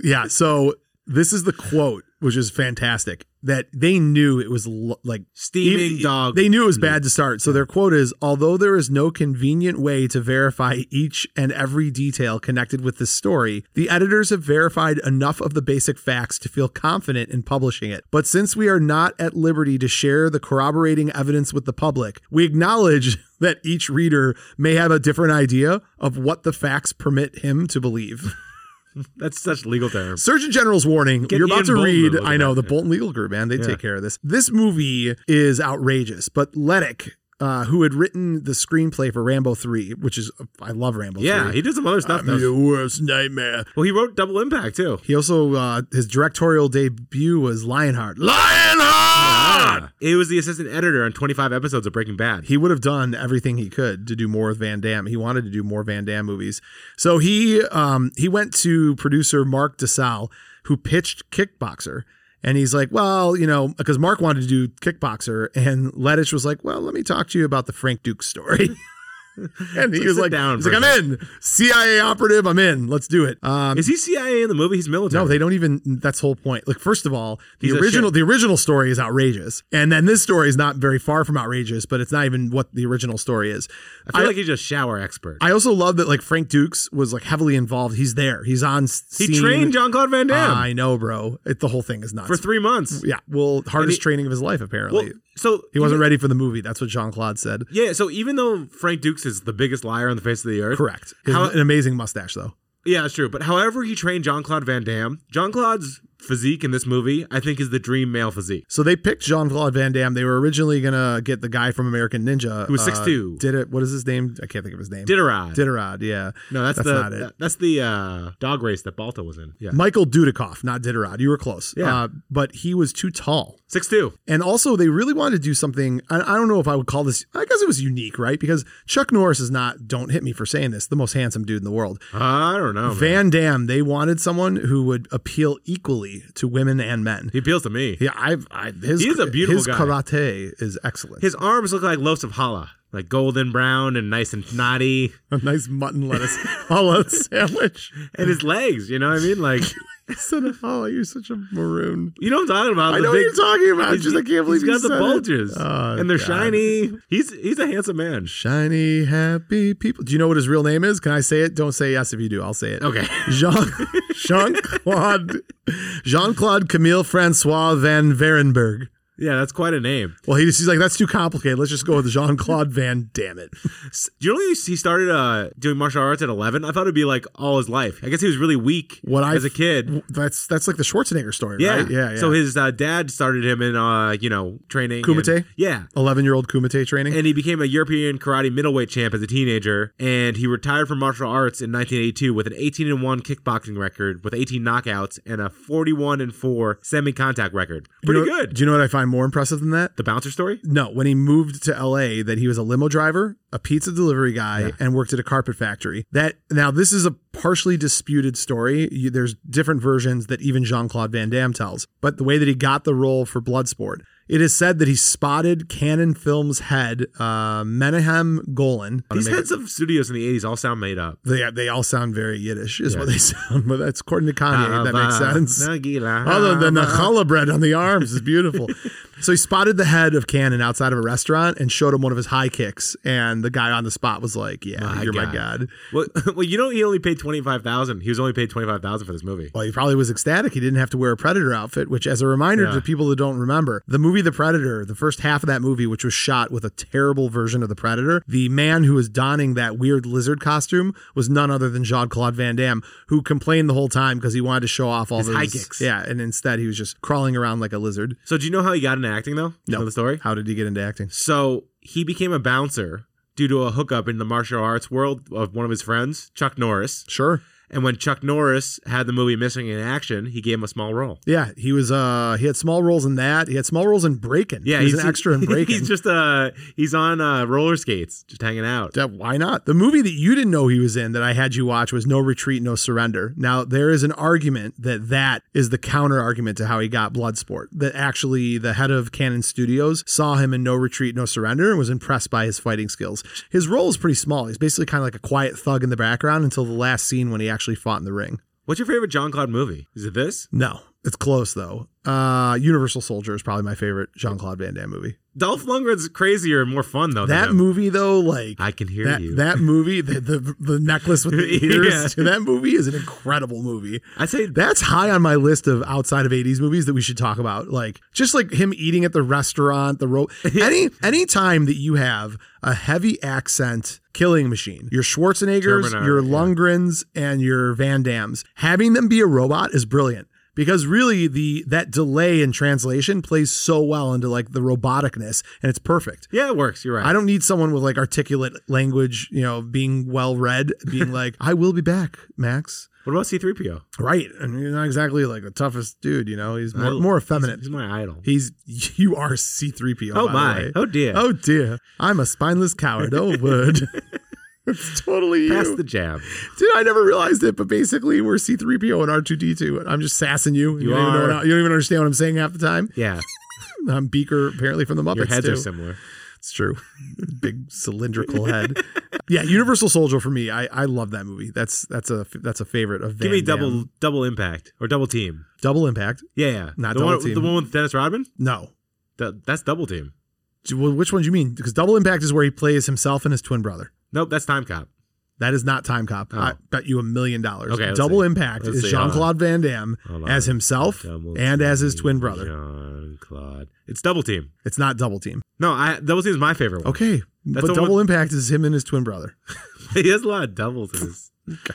S1: yeah. So this is the quote, which is fantastic. That they knew it was l- like
S2: Steaming
S1: even-
S2: dog Mm-hmm.
S1: They knew it was bad to start. So their quote is: "Although there is no convenient way to verify each and every detail connected with this story, the editors have verified enough of the basic facts to feel confident in publishing it. But since we are not at liberty to share the corroborating evidence with the public, we acknowledge." That each reader may have a different idea of what the facts permit him to believe.
S2: That's such legal terms.
S1: Surgeon General's warning.
S2: Get
S1: You're
S2: Ian
S1: about to
S2: Bolton to
S1: read.
S2: look
S1: I
S2: at
S1: know the
S2: that.
S1: Bolton Legal Group, man. They take care of this. This movie is outrageous, but Ledick. Uh, who had written the screenplay for Rambo 3, which is, I love Rambo
S2: Yeah,
S1: 3.
S2: he did some other stuff.
S1: I'm
S2: though.
S1: your worst nightmare.
S2: Well, he wrote Double Impact too.
S1: He also, uh, his directorial debut was Lionheart. Lionheart!
S2: He was the assistant editor on 25 episodes of Breaking Bad.
S1: He would have done everything he could to do more with Van Damme. He wanted to do more Van Damme movies. So he um, he went to producer Mark DeSalle, who pitched Kickboxer. And he's like, well, you know, because Mark wanted to do Kickboxer. And Lettich was like, well, let me talk to you about the Frank Duke story. and he was
S2: sit
S1: like,
S2: down
S1: he's
S2: for
S1: like,
S2: a
S1: I'm in. CIA operative, I'm in. Let's do it. Um,
S2: is he CIA in the movie? He's military.
S1: no, Oh, they don't even. That's the whole point. Like, first of all, the
S2: He's a
S1: original
S2: shit.
S1: the original story is outrageous, and then this story is not very far from outrageous, but it's not even what the original story is.
S2: I feel like he's a shower expert.
S1: I also love that like Frank Dukes was like heavily involved. He's there. He's on. Scene.
S2: he trained John Claude Van Damme
S1: I know, bro. It, the whole thing is nuts.
S2: for three months.
S1: yeah, well, hardest
S2: he-
S1: training of his life
S2: Well,
S1: apparently.
S2: so
S1: he wasn't ready for the movie. That's what Jean Claude said.
S2: Yeah, so even though Frank Dukes is the biggest liar on the face of the earth,
S1: Correct. He has
S2: How-
S1: an amazing mustache though.
S2: Yeah, it's true. But however he trained Jean Claude Van Damme, Jean Claude's physique in this movie, I think, is the dream male physique.
S1: So they picked Jean Claude Van Damme. They were originally gonna get the guy from American Ninja,
S2: Who was
S1: uh,
S2: 6'2".
S1: Did it? What is his name? I can't think of his name.
S2: Diderot.
S1: Diderot, yeah.
S2: no, that's,
S1: that's
S2: the
S1: not it.
S2: that- that's the uh, dog race that Balto was in. Yeah,
S1: Michael Dudikoff, not Diderot. You were close.
S2: Yeah.
S1: Uh, but he was too tall.
S2: six two.
S1: And also, they really wanted to do something. I, I don't know if I would call this, I guess it was unique, right? Because Chuck Norris is not, don't hit me for saying this, the most handsome dude in the world.
S2: I don't know. man.
S1: Van Damme, they wanted someone who would appeal equally to women and men.
S2: He appeals to me.
S1: Yeah, I've, I, his,
S2: He's a beautiful
S1: his
S2: guy.
S1: karate is excellent.
S2: His arms look like loaves of challah, like golden brown and nice and knotty,
S1: a nice mutton lettuce hollow sandwich.
S2: and his legs. You know what I mean? Like
S1: I said, oh, you're such a maroon.
S2: you know what I'm talking about.
S1: I
S2: the
S1: know what
S2: big-
S1: you're talking about.
S2: he's-
S1: Just I can't believe
S2: he's got
S1: you
S2: the
S1: said it.
S2: bulges,
S1: Oh,
S2: and they're
S1: God.
S2: shiny. He's he's a handsome man.
S1: Shiny, happy people. Do you know what his real name is? Can I say it? Don't say yes if you do. I'll say it.
S2: Okay.
S1: Jean Jean Claude Jean Claude Camille Francois Van Varenberg.
S2: Yeah, that's quite a name.
S1: Well, he just, he's like that's too complicated. Let's just go with Jean Claude Van. Damn it!
S2: Do you know he he started uh, doing martial arts at 11? I thought it'd be like all his life. I guess he was really weak
S1: What I
S2: as a kid.
S1: That's that's like the Schwarzenegger story,
S2: Yeah.
S1: right? Yeah, yeah.
S2: So his uh, dad started him in, uh, you know, training.
S1: Kumite?
S2: and- yeah.
S1: eleven year old Kumite training.
S2: And he became a European karate middleweight champ as a teenager. And he retired from martial arts in 1982 with an 18 and 1 kickboxing record with 18 knockouts and a 41 and 4 semi contact record.
S1: You know-
S2: Pretty good.
S1: Do you know what I find find more impressive than that?
S2: The bouncer story?
S1: No, when he moved to LA, that he was a limo driver, a pizza delivery guy, and worked at a carpet factory. That now this is a partially disputed story. You, there's different versions that even Jean Claude Van Damme tells. But the way that he got the role for Bloodsport, it is said that he spotted Canon Films head uh, Menahem Golan.
S2: These heads of studios in the 80s all sound made up.
S1: They they all sound very Yiddish, is what they sound. But that's according to Kanye.
S2: Uh,
S1: that makes sense. Other than
S2: Uh-huh.
S1: the challah bread on the arms is beautiful. so he spotted the head of Cannon outside of a restaurant and showed him one of his high kicks. And the guy on the spot was like, "Yeah, you're my god."
S2: Well, well, you know, he only paid 25000 He was only paid 25000 for this movie.
S1: Well, he probably was ecstatic. He didn't have to wear a Predator outfit, which, as a reminder to people that don't remember, the movie The Predator, the first half of that movie, which was shot with a terrible version of The Predator, the man who was donning that weird lizard costume was none other than Jean Claude Van Damme, who complained the whole time because he wanted to show off all
S2: His
S1: of
S2: high kicks.
S1: Yeah, and instead he was just crawling around like a lizard.
S2: So, do you know how he got into acting, though? You know the story?
S1: How did he get into acting?
S2: So he became a bouncer due to a hookup in the martial arts world of one of his friends, Chuck Norris.
S1: Sure.
S2: And when Chuck Norris had the movie Missing in Action, he gave him a small role.
S1: Yeah, he was. uh He had small roles in that. He had small roles in Breaking.
S2: Yeah,
S1: he was an extra in Breaking.
S2: He's just uh he's on uh roller skates, just hanging out.
S1: Yeah, why not? The movie that you didn't know he was in that I had you watch was No Retreat, No Surrender. Now, there is an argument that that is the counter argument to how he got Bloodsport. That actually the head of Canon Studios saw him in No Retreat, No Surrender and was impressed by his fighting skills. His role is pretty small. He's basically kind of like a quiet thug in the background until the last scene when he actually fought in the ring.
S2: What's your favorite John Claude movie? Is it this?
S1: No, it's close though. Uh, Universal Soldier is probably my favorite Jean Claude Van Damme movie.
S2: Dolph Lundgren's crazier and more fun though. than
S1: That
S2: him.
S1: movie though, like
S2: I can hear
S1: that,
S2: you.
S1: that movie, the, the the necklace with the
S2: Yeah.
S1: ears, that movie is an incredible movie.
S2: I'd say
S1: That's high on my list of outside of '80s movies that we should talk about. Like just like him eating at the restaurant, the rope. Any any time that you have a heavy accent killing machine, your Schwarzeneggers,
S2: Terminator,
S1: your
S2: yeah.
S1: Lundgrens, and your Van Dams, having them be a robot is brilliant. Because really, the that delay in translation plays so well into like the roboticness, and it's perfect.
S2: Yeah, it works. You're right.
S1: I don't need someone with like articulate language, you know, being well read, being like, I will be back, Max.
S2: What about C3PO?
S1: Right. And you're not exactly like the toughest dude, you know, he's
S2: I-
S1: more, more effeminate.
S2: He's my idol.
S1: He's, you are C3PO. by
S2: oh
S1: the
S2: my.
S1: way.
S2: Oh dear.
S1: Oh dear. I'm a spineless coward. Oh, word. it's totally
S2: Pass
S1: you.
S2: the jab.
S1: Dude, I never realized it, but basically we're C3PO and R2D2. I'm just sassing you.
S2: You
S1: don't even know
S2: are.
S1: what I- you don't even understand what I'm saying half the time.
S2: Yeah.
S1: I'm Beaker apparently from the Muppets.
S2: Your heads are
S1: too.
S2: similar.
S1: It's true. Big cylindrical head. Yeah, Universal Soldier for me. I, I love that movie. That's that's a that's a favorite of Van
S2: Give me
S1: Damme.
S2: double double impact or double team.
S1: double impact.
S2: Yeah, yeah.
S1: Not
S2: the
S1: Double
S2: one,
S1: Team.
S2: The one with Dennis Rodman?
S1: No.
S2: Th- that's double team.
S1: Do- Well, which one do you mean? Because double impact is where he plays himself and his twin brother.
S2: Nope, that's time cop.
S1: That is not Time Cop.
S2: Oh.
S1: I bet you a million dollars.
S2: Okay, let's
S1: double
S2: see.
S1: impact
S2: Let's
S1: is
S2: see.
S1: Jean Claude Van Damme
S2: Hold on.
S1: as himself
S2: Double
S1: and as his
S2: team,
S1: twin brother.
S2: Jean Claude. It's double team.
S1: It's not double team.
S2: No, I double team is my favorite one.
S1: Okay.
S2: the
S1: but
S2: one-
S1: double impact is him and his twin brother.
S2: he has a lot of doubles. in his-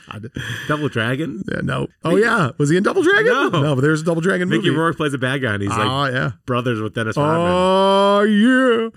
S1: God.
S2: double dragon.
S1: Yeah, no. Oh yeah. Was he in Double Dragon?
S2: No.
S1: No, but there's a Double Dragon
S2: Mickey
S1: movie.
S2: Rourke plays a bad guy, and he's like
S1: oh yeah.
S2: brothers with Dennis Rodman.
S1: Oh yeah.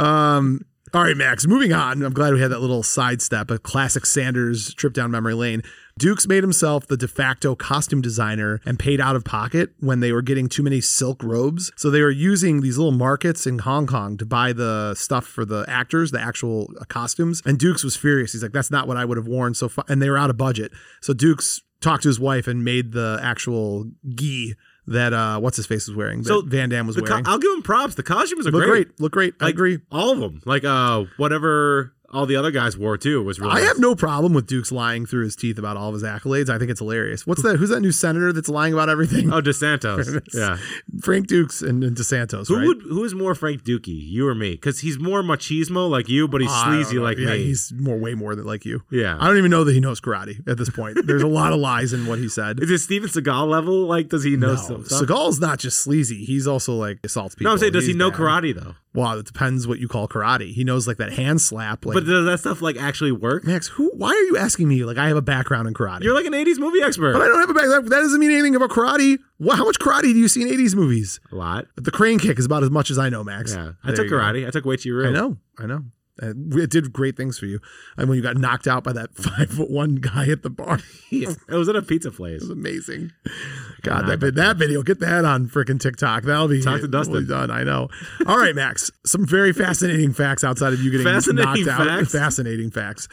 S1: um. All right, Max. Moving on. I'm glad we had that little sidestep, a classic Sanders trip down memory lane. Dukes made himself the de facto costume designer and paid out of pocket when they were getting too many silk robes. So they were using these little markets in Hong Kong to buy the stuff for the actors, the actual uh, costumes. And Dukes was furious. He's like, "That's not what I would have worn." So, fu-. and they were out of budget. So Dukes talked to his wife and made the actual gi that uh, what's his face was wearing. That
S2: So
S1: Van Damme was
S2: The co-
S1: wearing.
S2: I'll give him props. The costumes are
S1: Look
S2: great.
S1: great. Look great. I
S2: Like,
S1: agree.
S2: All of them. Like uh, whatever all the other guys wore too was really.
S1: I
S2: nice.
S1: have no problem with Duke's lying through his teeth about all of his accolades. I think it's hilarious. What's that? Who's that new senator that's lying about everything?
S2: Oh, DeSantos. yeah.
S1: Frank Dukes and, and DeSantos.
S2: Who
S1: right?
S2: would who is more Frank Dookie, you or me? Because he's more machismo like you, but he's
S1: I don't
S2: sleazy
S1: know.
S2: like
S1: yeah,
S2: me.
S1: He's more, way more than like you.
S2: Yeah.
S1: I don't even know that he knows karate at this point. There's a lot of lies in what he said.
S2: Is it Steven Seagal level? Like, does he know
S1: No,
S2: some stuff?
S1: Seagal's not just sleazy. He's also like assaults people.
S2: no, I'm saying, does he
S1: He's
S2: know
S1: bad.
S2: karate though?
S1: Well, it depends what you call karate. He knows like that hand slap. Like,
S2: but does that stuff like actually work?
S1: Max, who? Why are you asking me? Like, I have a background in karate.
S2: You're like an '80s movie expert.
S1: But I don't have a background. That doesn't mean anything about karate. Wha- how much karate do you see in 80s movies?
S2: a lot.
S1: The crane kick is about as much as I know, Max.
S2: Yeah, I
S1: There
S2: took
S1: you go.
S2: karate. I took Wei Chi Ryu.
S1: I know. I know. Uh, It did great things for you. And when you got knocked out by that five foot one guy at the bar, it
S2: Yeah. I was at a pizza place.
S1: was amazing. God, that, vi- that video, get that on freaking TikTok. That'll be
S2: Talk to Dustin.
S1: really done. I know. All right, Max. Some very fascinating facts outside of you getting
S2: Fascinating
S1: knocked out.
S2: facts?
S1: Fascinating facts.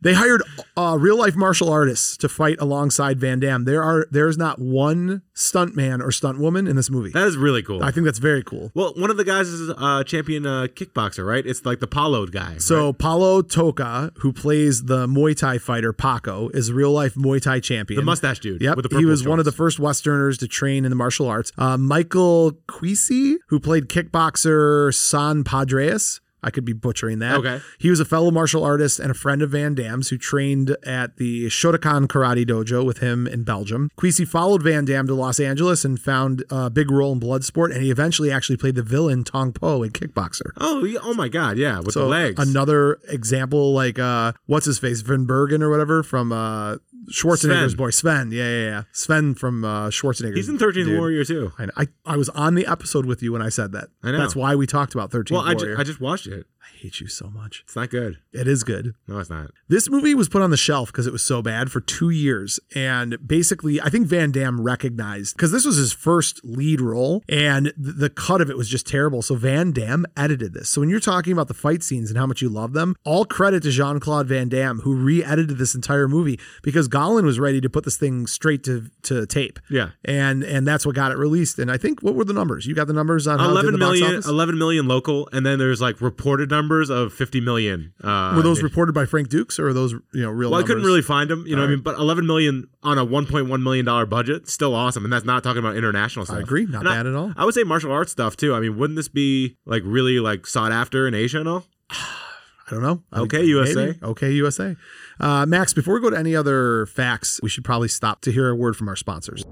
S1: they hired uh, real life martial artists to fight alongside Van Damme. There are there is not one stuntman or stunt woman in this movie.
S2: That is really cool.
S1: I think that's very cool.
S2: well, one of the guys is uh, champion uh, kickboxer, right? It's like the Pollard guy.
S1: So Paulo Toca, who plays the Muay Thai fighter Paco, is real life Muay Thai champion.
S2: The mustache dude
S1: Yep.
S2: with the
S1: he
S2: purple
S1: was one of the
S2: shorts.
S1: first Westerners to train in the martial arts. Uh, Michael Quisi, who played kickboxer San Padres. I could be butchering that.
S2: Okay.
S1: He was a fellow martial artist and a friend of Van Damme's who trained at the Shotokan Karate Dojo with him in Belgium. Quisi followed Van Damme to Los Angeles and found a big role in Bloodsport, and he eventually actually played the villain Tong Po in Kickboxer.
S2: oh, yeah, oh my God, yeah, with the legs.
S1: Another example, like uh, what's his face, Van Bergen or whatever from uh, Schwarzenegger's
S2: Sven.
S1: boy, Sven. Yeah, yeah, yeah. Sven from uh, Schwarzenegger.
S2: He's in Thirteenth Warrior too.
S1: I, I I was on the episode with you when I said that.
S2: I know.
S1: That's why we talked about Thirteen
S2: Well, I, ju-
S1: Warrior.
S2: I just watched it.
S1: I hate you so much.
S2: It's not good.
S1: It is good.
S2: No, it's not.
S1: This movie was put on the shelf because it was so bad for two years. And basically, I think Van Damme recognized because this was his first lead role and th- the cut of it was just terrible. So Van Damme edited this. So when you're talking about the fight scenes and how much you love them, all credit to Jean Claude Van Damme, who re edited this entire movie because Gollin was ready to put this thing straight to, to tape.
S2: Yeah.
S1: And and that's what got it released. And I think what were the numbers? You got the numbers on how it did
S2: 11
S1: the box
S2: million,
S1: office?
S2: 11 million local, and then there's like reported numbers of 50 million. Uh,
S1: Were those
S2: nation-
S1: reported by Frank Dukes or are those you know real?
S2: Well, I
S1: numbers?
S2: couldn't really find them, you know. what I mean, but 11 million on a 1.1 million dollar budget, still awesome, and that's not talking about international stuff.
S1: agree. Not
S2: And I-
S1: bad at all.
S2: I would say martial arts stuff too. I mean, wouldn't this be like really like sought after in Asia and all?
S1: I don't know. I think
S2: Okay, USA.
S1: maybe. Okay, USA. Uh, Max, before we go to any other facts, we should probably stop to hear a word from our sponsors.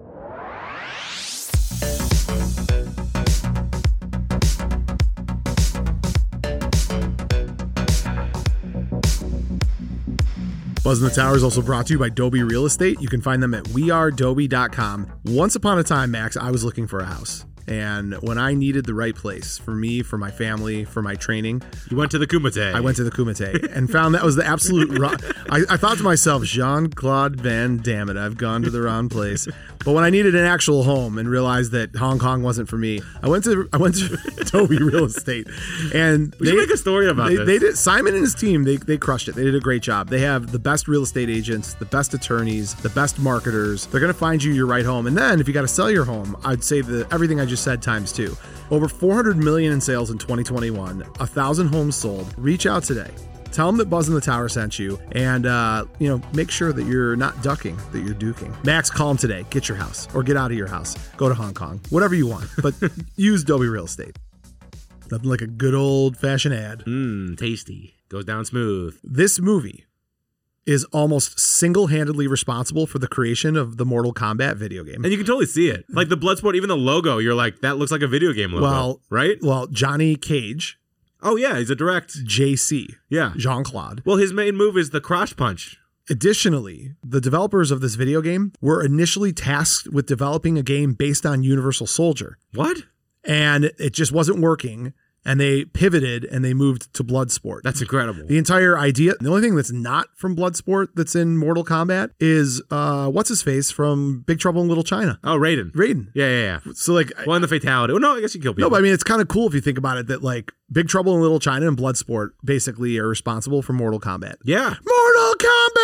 S1: Buzz in the Tower is also brought to you by Dobie Real Estate. You can find them at wearedoby.com. Once upon a time, Max, I was looking for a house. And when I needed the right place for me, for my family, for my training,
S2: You went to the Kumite.
S1: I went to the Kumite and found that was the absolute wrong. I, I thought to myself, Jean Claude Van Damme, it, I've gone to the wrong place. But when I needed an actual home and realized that Hong Kong wasn't for me, I went to I went to Toby Real Estate, and
S2: We should make a story about
S1: they,
S2: this.
S1: They did Simon and his team. They they crushed it. They did a great job. They have the best real estate agents, the best attorneys, the best marketers. They're going to find you your right home, and then if you got to sell your home, I'd say the everything I just said times two. Over 400 million in sales in 2021, a thousand homes sold. Reach out today. Tell them that Buzz in the Tower sent you, and uh, you know, make sure that you're not ducking, that you're duking. Max, call him today. Get your house, or get out of your house. Go to Hong Kong, whatever you want, but use Dobie Real Estate. Nothing like a good old fashioned ad.
S2: Mmm, tasty. Goes down smooth.
S1: This movie is almost single-handedly responsible for the creation of the Mortal Kombat video game.
S2: And you can totally see it. Like the Bloodsport, even the logo, you're like, that looks like a video game logo.
S1: Well-
S2: right?
S1: Well, Johnny Cage,
S2: Oh, yeah, he's a direct.
S1: JC,
S2: Yeah.
S1: Jean-Claude.
S2: Well, his main move is the crotch punch.
S1: Additionally, the developers of this video game were initially tasked with developing a game based on Universal Soldier,
S2: What?
S1: and it just wasn't working, and they pivoted and they moved to Bloodsport.
S2: That's incredible.
S1: the entire idea. The only thing that's not from Bloodsport that's in Mortal Kombat is uh, what's his face from Big Trouble in Little China,
S2: oh, Raiden.
S1: Raiden.
S2: Yeah, yeah, yeah.
S1: So like,
S2: Well, and the fatality. Well, no, I guess you kill people.
S1: No, but I mean, it's kind of cool if you think about it that like Big Trouble in Little China and Bloodsport basically are responsible for Mortal Kombat.
S2: yeah.
S1: Mortal Kombat!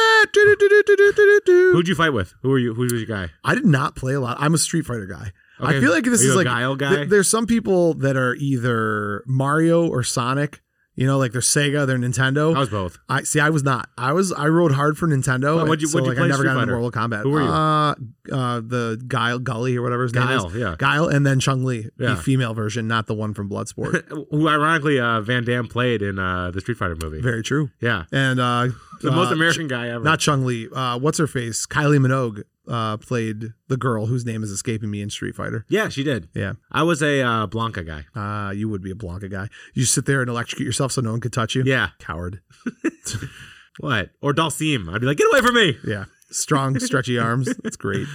S1: Do-do-do-do-do-do-do-do.
S2: Who'd you fight with? Who are you? Who was your guy?
S1: I did not play a lot. I'm a Street Fighter guy. I
S2: Okay.
S1: feel like this
S2: Are you
S1: is
S2: a
S1: like
S2: Guile guy?
S1: th- there's some people that are either Mario or Sonic. You know, like they're Sega, they're Nintendo.
S2: I was both.
S1: I see. I was not. I was. I rode hard for Nintendo.
S2: Well, what'd you-
S1: so,
S2: what'd you
S1: like,
S2: play
S1: I never
S2: Street
S1: got into
S2: Fighter?
S1: Mortal Kombat.
S2: Who were you?
S1: Uh, uh, the Guile Gully or whatever his name
S2: Guile,
S1: is.
S2: yeah.
S1: Guile, and then Chung Li,
S2: Yeah.
S1: the female version, not the one from Bloodsport.
S2: Who ironically uh, Van Damme played in uh, the Street Fighter movie.
S1: Very true.
S2: yeah.
S1: And uh,
S2: The most
S1: uh,
S2: American guy ever.
S1: not Chung Li. Uh, what's her face? Kylie Minogue uh, played the girl whose name is escaping me in Street Fighter.
S2: yeah, she did.
S1: Yeah.
S2: I was a uh, Blanca guy.
S1: Uh, you would be a Blanca guy. You sit there and electrocute yourself so no one could touch you.
S2: Yeah.
S1: Coward.
S2: What? Or Dalsim. I'd be like, get away from me.
S1: Yeah. Strong, stretchy arms. That's great.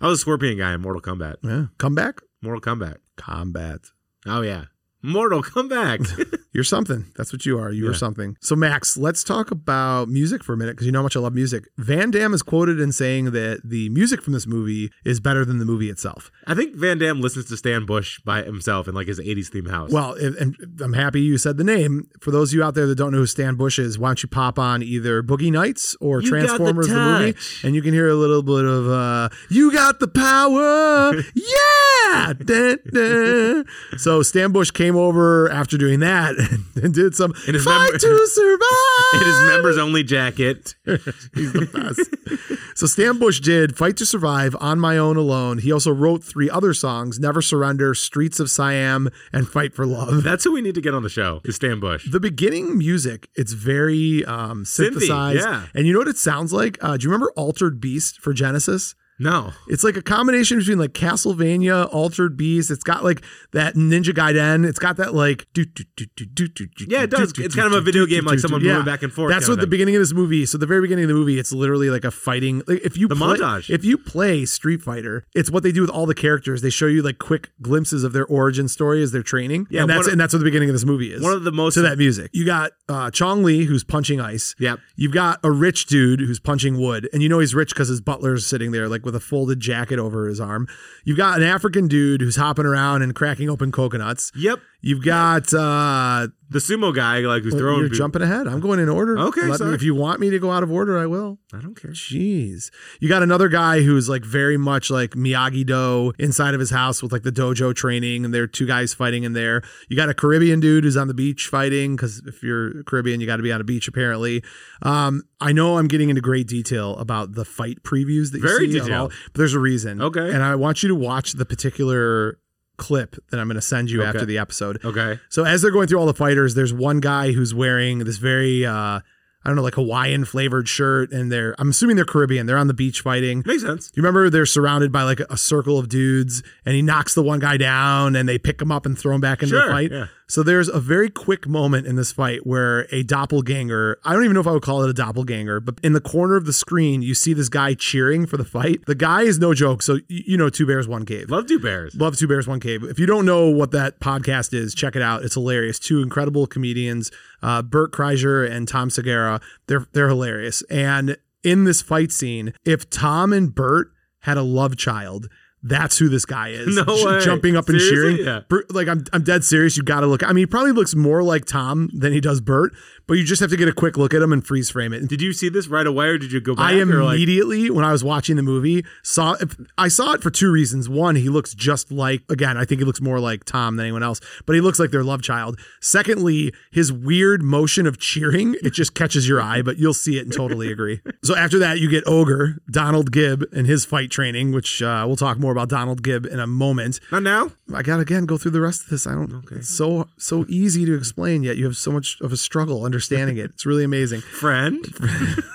S2: I was a Scorpion guy in Mortal Kombat.
S1: Yeah. Comeback?
S2: Mortal Kombat.
S1: Combat.
S2: Oh, yeah. Mortal, come back.
S1: You're something. That's what you are. You are something. So, Max, let's talk about music for a minute because you know how much I love music. Van Damme is quoted in saying that the music from this movie is better than the movie itself.
S2: I think Van Damme listens to Stan Bush by himself in like his 80s theme house.
S1: Well, and- and I'm happy you said the name. For those of you out there that don't know who Stan Bush is, why don't you pop on either Boogie Nights or
S2: You Got the
S1: Transformers the, movie,
S2: Touch.
S1: and you can hear a little bit of uh, "You Got the Power." yeah. Dun, dun. So Stan Bush came over after doing that and did some
S2: In his
S1: "Fight
S2: member-
S1: to Survive."
S2: in his members only jacket.
S1: He's the best. so Stan Bush did Fight to Survive, On My Own Alone. He also wrote three other songs, Never Surrender, Streets of Siam, and Fight for Love.
S2: That's who we need to get on the show, is Stan Bush.
S1: the beginning music, it's very um, synthesized.
S2: yeah.
S1: And you know what it sounds like? Uh, do you remember Altered Beast for Genesis?
S2: No.
S1: It's like a combination between like Castlevania, Altered Beast. It's got like that Ninja Gaiden. It's got that like do do do do do do. do,
S2: Yeah, it
S1: do,
S2: does.
S1: do,
S2: It's
S1: do,
S2: kind of a
S1: do,
S2: video
S1: do,
S2: game,
S1: do,
S2: like
S1: do,
S2: someone
S1: do.
S2: moving
S1: Yeah.
S2: back and forth
S1: That's
S2: kind of
S1: what the
S2: thing.
S1: beginning of this movie. So the very beginning of the movie, it's literally like a fighting. Like if you
S2: The
S1: play,
S2: montage.
S1: If you play Street Fighter, it's what they do with all the characters. They show you like quick glimpses of their origin story as they're training.
S2: Yeah,
S1: and that's
S2: one of-
S1: and that's what the beginning of this movie is.
S2: One of the most-
S1: to that music. You got uh, Chong Lee who's punching ice.
S2: Yep.
S1: You've got a rich dude who's punching wood, and you know he's rich because his butler's sitting there, like with a folded jacket over his arm. You've got an African dude who's hopping around and cracking open coconuts.
S2: Yep.
S1: You've got uh,
S2: The sumo guy, like who's throwing
S1: you're
S2: people.
S1: jumping ahead. I'm going in order.
S2: Okay,
S1: Let me-
S2: sorry.
S1: if you want me to go out of order, I will.
S2: I don't care.
S1: Jeez. You got another guy who's like very much like Miyagi Do inside of his house with like the dojo training, and there are two guys fighting in there. You got a Caribbean dude who's on the beach fighting because if you're Caribbean, you got to be on a beach apparently. Um, I know I'm getting into great detail about the fight previews that you
S2: Very
S1: see, of
S2: detailed.
S1: but there's a reason.
S2: Okay.
S1: And I want you to watch the particular clip that I'm going to send you after the episode.
S2: Okay.
S1: So as they're going through all the fighters, there's one guy who's wearing this very uh I don't know, like Hawaiian flavored shirt, and they're I'm assuming they're Caribbean. They're on the beach fighting.
S2: Makes sense.
S1: You remember they're surrounded by like a circle of dudes, and he knocks the one guy down, and they pick him up and throw him back into the
S2: Sure,
S1: fight.
S2: yeah.
S1: So there's a very quick moment in this fight where a doppelganger, I don't even know if I would call it a doppelganger, but in the corner of the screen, you see this guy cheering for the fight. The guy is no joke. So y- you know, two bears, one cave.
S2: Love two bears.
S1: Love Two Bears One Cave. If you don't know what that podcast is, check it out. It's hilarious. Two incredible comedians, uh, Bert Kreischer and Tom Segura. They're they're hilarious. And in this fight scene, if Tom and Bert had a love child, that's who this guy is.
S2: No way.
S1: Jumping up and
S2: Seriously?
S1: cheering.
S2: Yeah.
S1: Bert- like I'm, I'm dead serious. You got to look. I mean, he probably looks more like Tom than he does Bert, but you just have to get a quick look at him and freeze frame it.
S2: Did you see this right away or did you go back?
S1: I
S2: or like,
S1: immediately, when I was watching the movie, saw I saw it for two reasons. One, he looks just like again. I think he looks more like Tom than anyone else, but he looks like their love child. Secondly, his weird motion of cheering it just catches your eye, but you'll see it and totally agree. So after that, you get Ogre Donald Gibb and his fight training, which uh, we'll talk more about Donald Gibb in a moment.
S2: not now?
S1: I gotta again go through the rest of this. I don't. It's so so easy to explain, yet you have so much of a struggle understanding it. It's really amazing.
S2: Friend?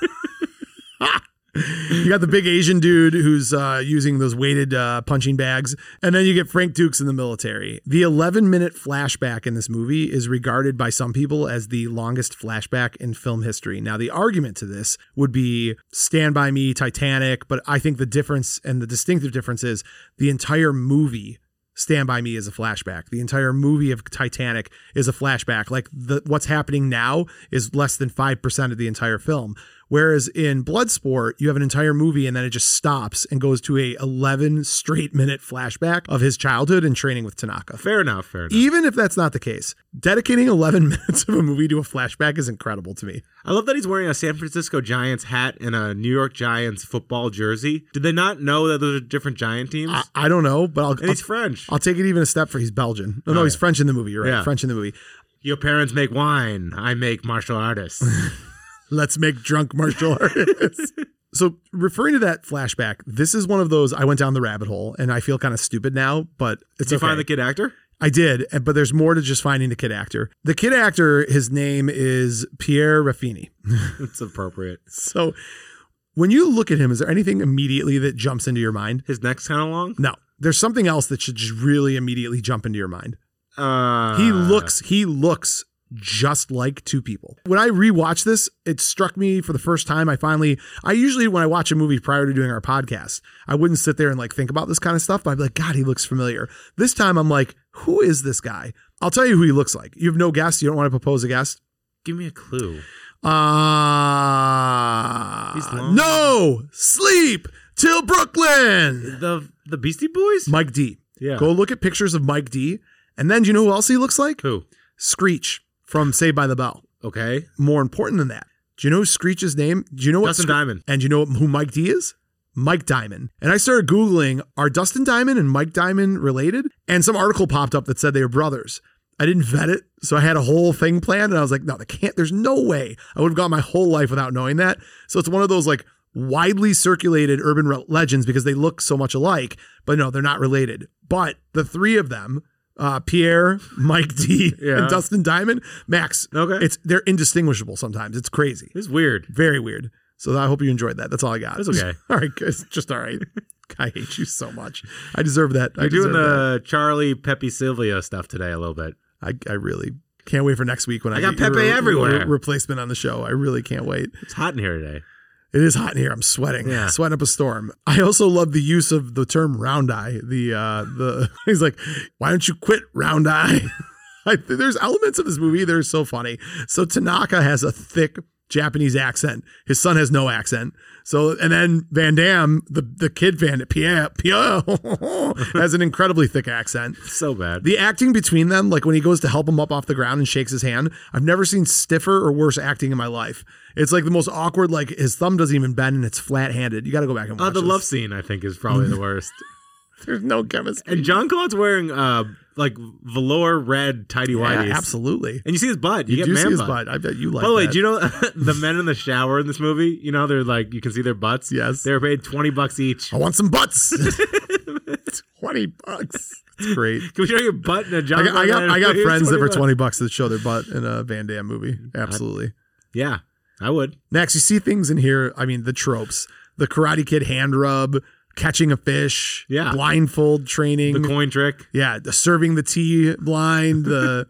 S1: You got the big Asian dude who's uh, using those weighted uh, punching bags, and then you get Frank Dukes in the military. The 11 minute flashback in this movie is regarded by some people as the longest flashback in film history. Now, the argument to this would be Stand By Me, Titanic, but I think the difference and the distinctive difference is the entire movie. Stand by Me is a flashback. The entire movie of Titanic is a flashback. Like the what's happening now is less than 5% of the entire film. Whereas in Bloodsport, you have an entire movie and then it just stops and goes to a 11 straight minute flashback of his childhood and training with Tanaka.
S2: Fair enough. Fair enough.
S1: Even if that's not the case, dedicating 11 minutes of a movie to a flashback is incredible to me.
S2: I love that he's wearing a San Francisco Giants hat and a New York Giants football jersey. Did they not know that those are different Giant teams?
S1: I, I don't know, but I'll,
S2: and
S1: I'll,
S2: he's French.
S1: I'll take it even a step for he's Belgian. No, no, he's French in the movie. You're right.
S2: Yeah.
S1: French in the movie.
S2: Your parents make wine. I make martial artists.
S1: let's make drunk martial artists. so referring to that flashback, this is one of those I went down the rabbit hole and I feel kind of stupid now, but it's
S2: Did you
S1: okay.
S2: find the kid actor?
S1: I did, and- but there's more to just finding the kid actor. The kid actor, his name is Pierre Raffini.
S2: It's appropriate.
S1: So when you look at him, is there anything immediately that jumps into your mind?
S2: His neck's kind of long.
S1: No. There's something else that should just really immediately jump into your mind.
S2: Uh,
S1: He looks he looks just like two people. When I rewatched this, it struck me for the first time. I finally I usually when I watch a movie prior to doing our podcast, I wouldn't sit there and like think about this kind of stuff, but I'd be like, God, he looks familiar. This time I'm like, who is this guy? I'll tell you who he looks like. You have no guess. You don't want to propose a guess.
S2: Give me a clue.
S1: Uh,
S2: He's long.
S1: no sleep till Brooklyn.
S2: The the Beastie Boys?
S1: Mike D.
S2: Yeah.
S1: Go look at pictures of Mike D. And then do you know who else he looks like?
S2: Who?
S1: Screech from Saved by the Bell.
S2: Okay.
S1: More important than that, do you know Screech's name? Do you know what
S2: Dustin
S1: Scre-
S2: Diamond.
S1: And do you know who Mike D is? Mike Diamond. And I started Googling, are Dustin Diamond and Mike Diamond related? And some article popped up that said they were brothers. I didn't vet it. So I had a whole thing planned and I was like, no, they can't. There's no way I would have gone my whole life without knowing that. So it's one of those like widely circulated urban re- legends because they look so much alike, but no, they're not related. But the three of them, uh, Pierre, Mike D,
S2: Yeah.
S1: and Dustin Diamond, Max,
S2: Okay.
S1: it's they're indistinguishable sometimes. It's crazy.
S2: It's weird.
S1: Very weird. So I hope you enjoyed that. That's all I got.
S2: That's okay.
S1: all right, guys. Just all right. I hate you so much. I deserve that. I
S2: You're doing
S1: deserve that.
S2: the Charlie Pepe Silvio stuff today a little bit.
S1: I, I really can't wait for next week when I,
S2: I got
S1: get your
S2: Pepe everywhere.
S1: re- replacement on the show. I really can't wait.
S2: It's hot in here today.
S1: It is hot in here. I'm sweating.
S2: Yeah.
S1: Sweating up a storm. I also love the use of the term round eye. The uh the he's like, why don't you quit round eye? I, there's elements of this movie that are so funny. So Tanaka has a thick Japanese accent. His son has no accent. So and then Van Damme, the the kid Van Pierre Pierre has an incredibly thick accent.
S2: So bad.
S1: The acting between them, like when he goes to help him up off the ground and shakes his hand, I've never seen stiffer or worse acting in my life. It's like the most awkward. Like his thumb doesn't even bend and it's flat handed. You got to go back and watch.
S2: uh, the
S1: this.
S2: love scene I think is probably the worst.
S1: There's no chemistry.
S2: And John Claude's wearing uh like velour red tidy whities.
S1: Yeah, absolutely.
S2: And you see his butt.
S1: You
S2: You, get
S1: do
S2: man
S1: see his
S2: butt.
S1: butt. I bet you like.
S2: By the way,
S1: that.
S2: do you know the men in the shower in this movie? You know they're like you can see their butts.
S1: Yes. Oh.
S2: they were paid twenty bucks each.
S1: I want some butts. twenty bucks. It's great.
S2: Can we show your butt in a John?
S1: I got, I got,
S2: Claude
S1: I got
S2: movie?
S1: friends that for
S2: 20 bucks.
S1: twenty bucks that show their butt in a Van Damme movie. Absolutely.
S2: Yeah, I would.
S1: Next, you see things in here. I mean, the tropes: the Karate Kid hand rub, catching a fish,
S2: Yeah.
S1: blindfold training,
S2: The coin trick.
S1: yeah, the serving the tea blind, the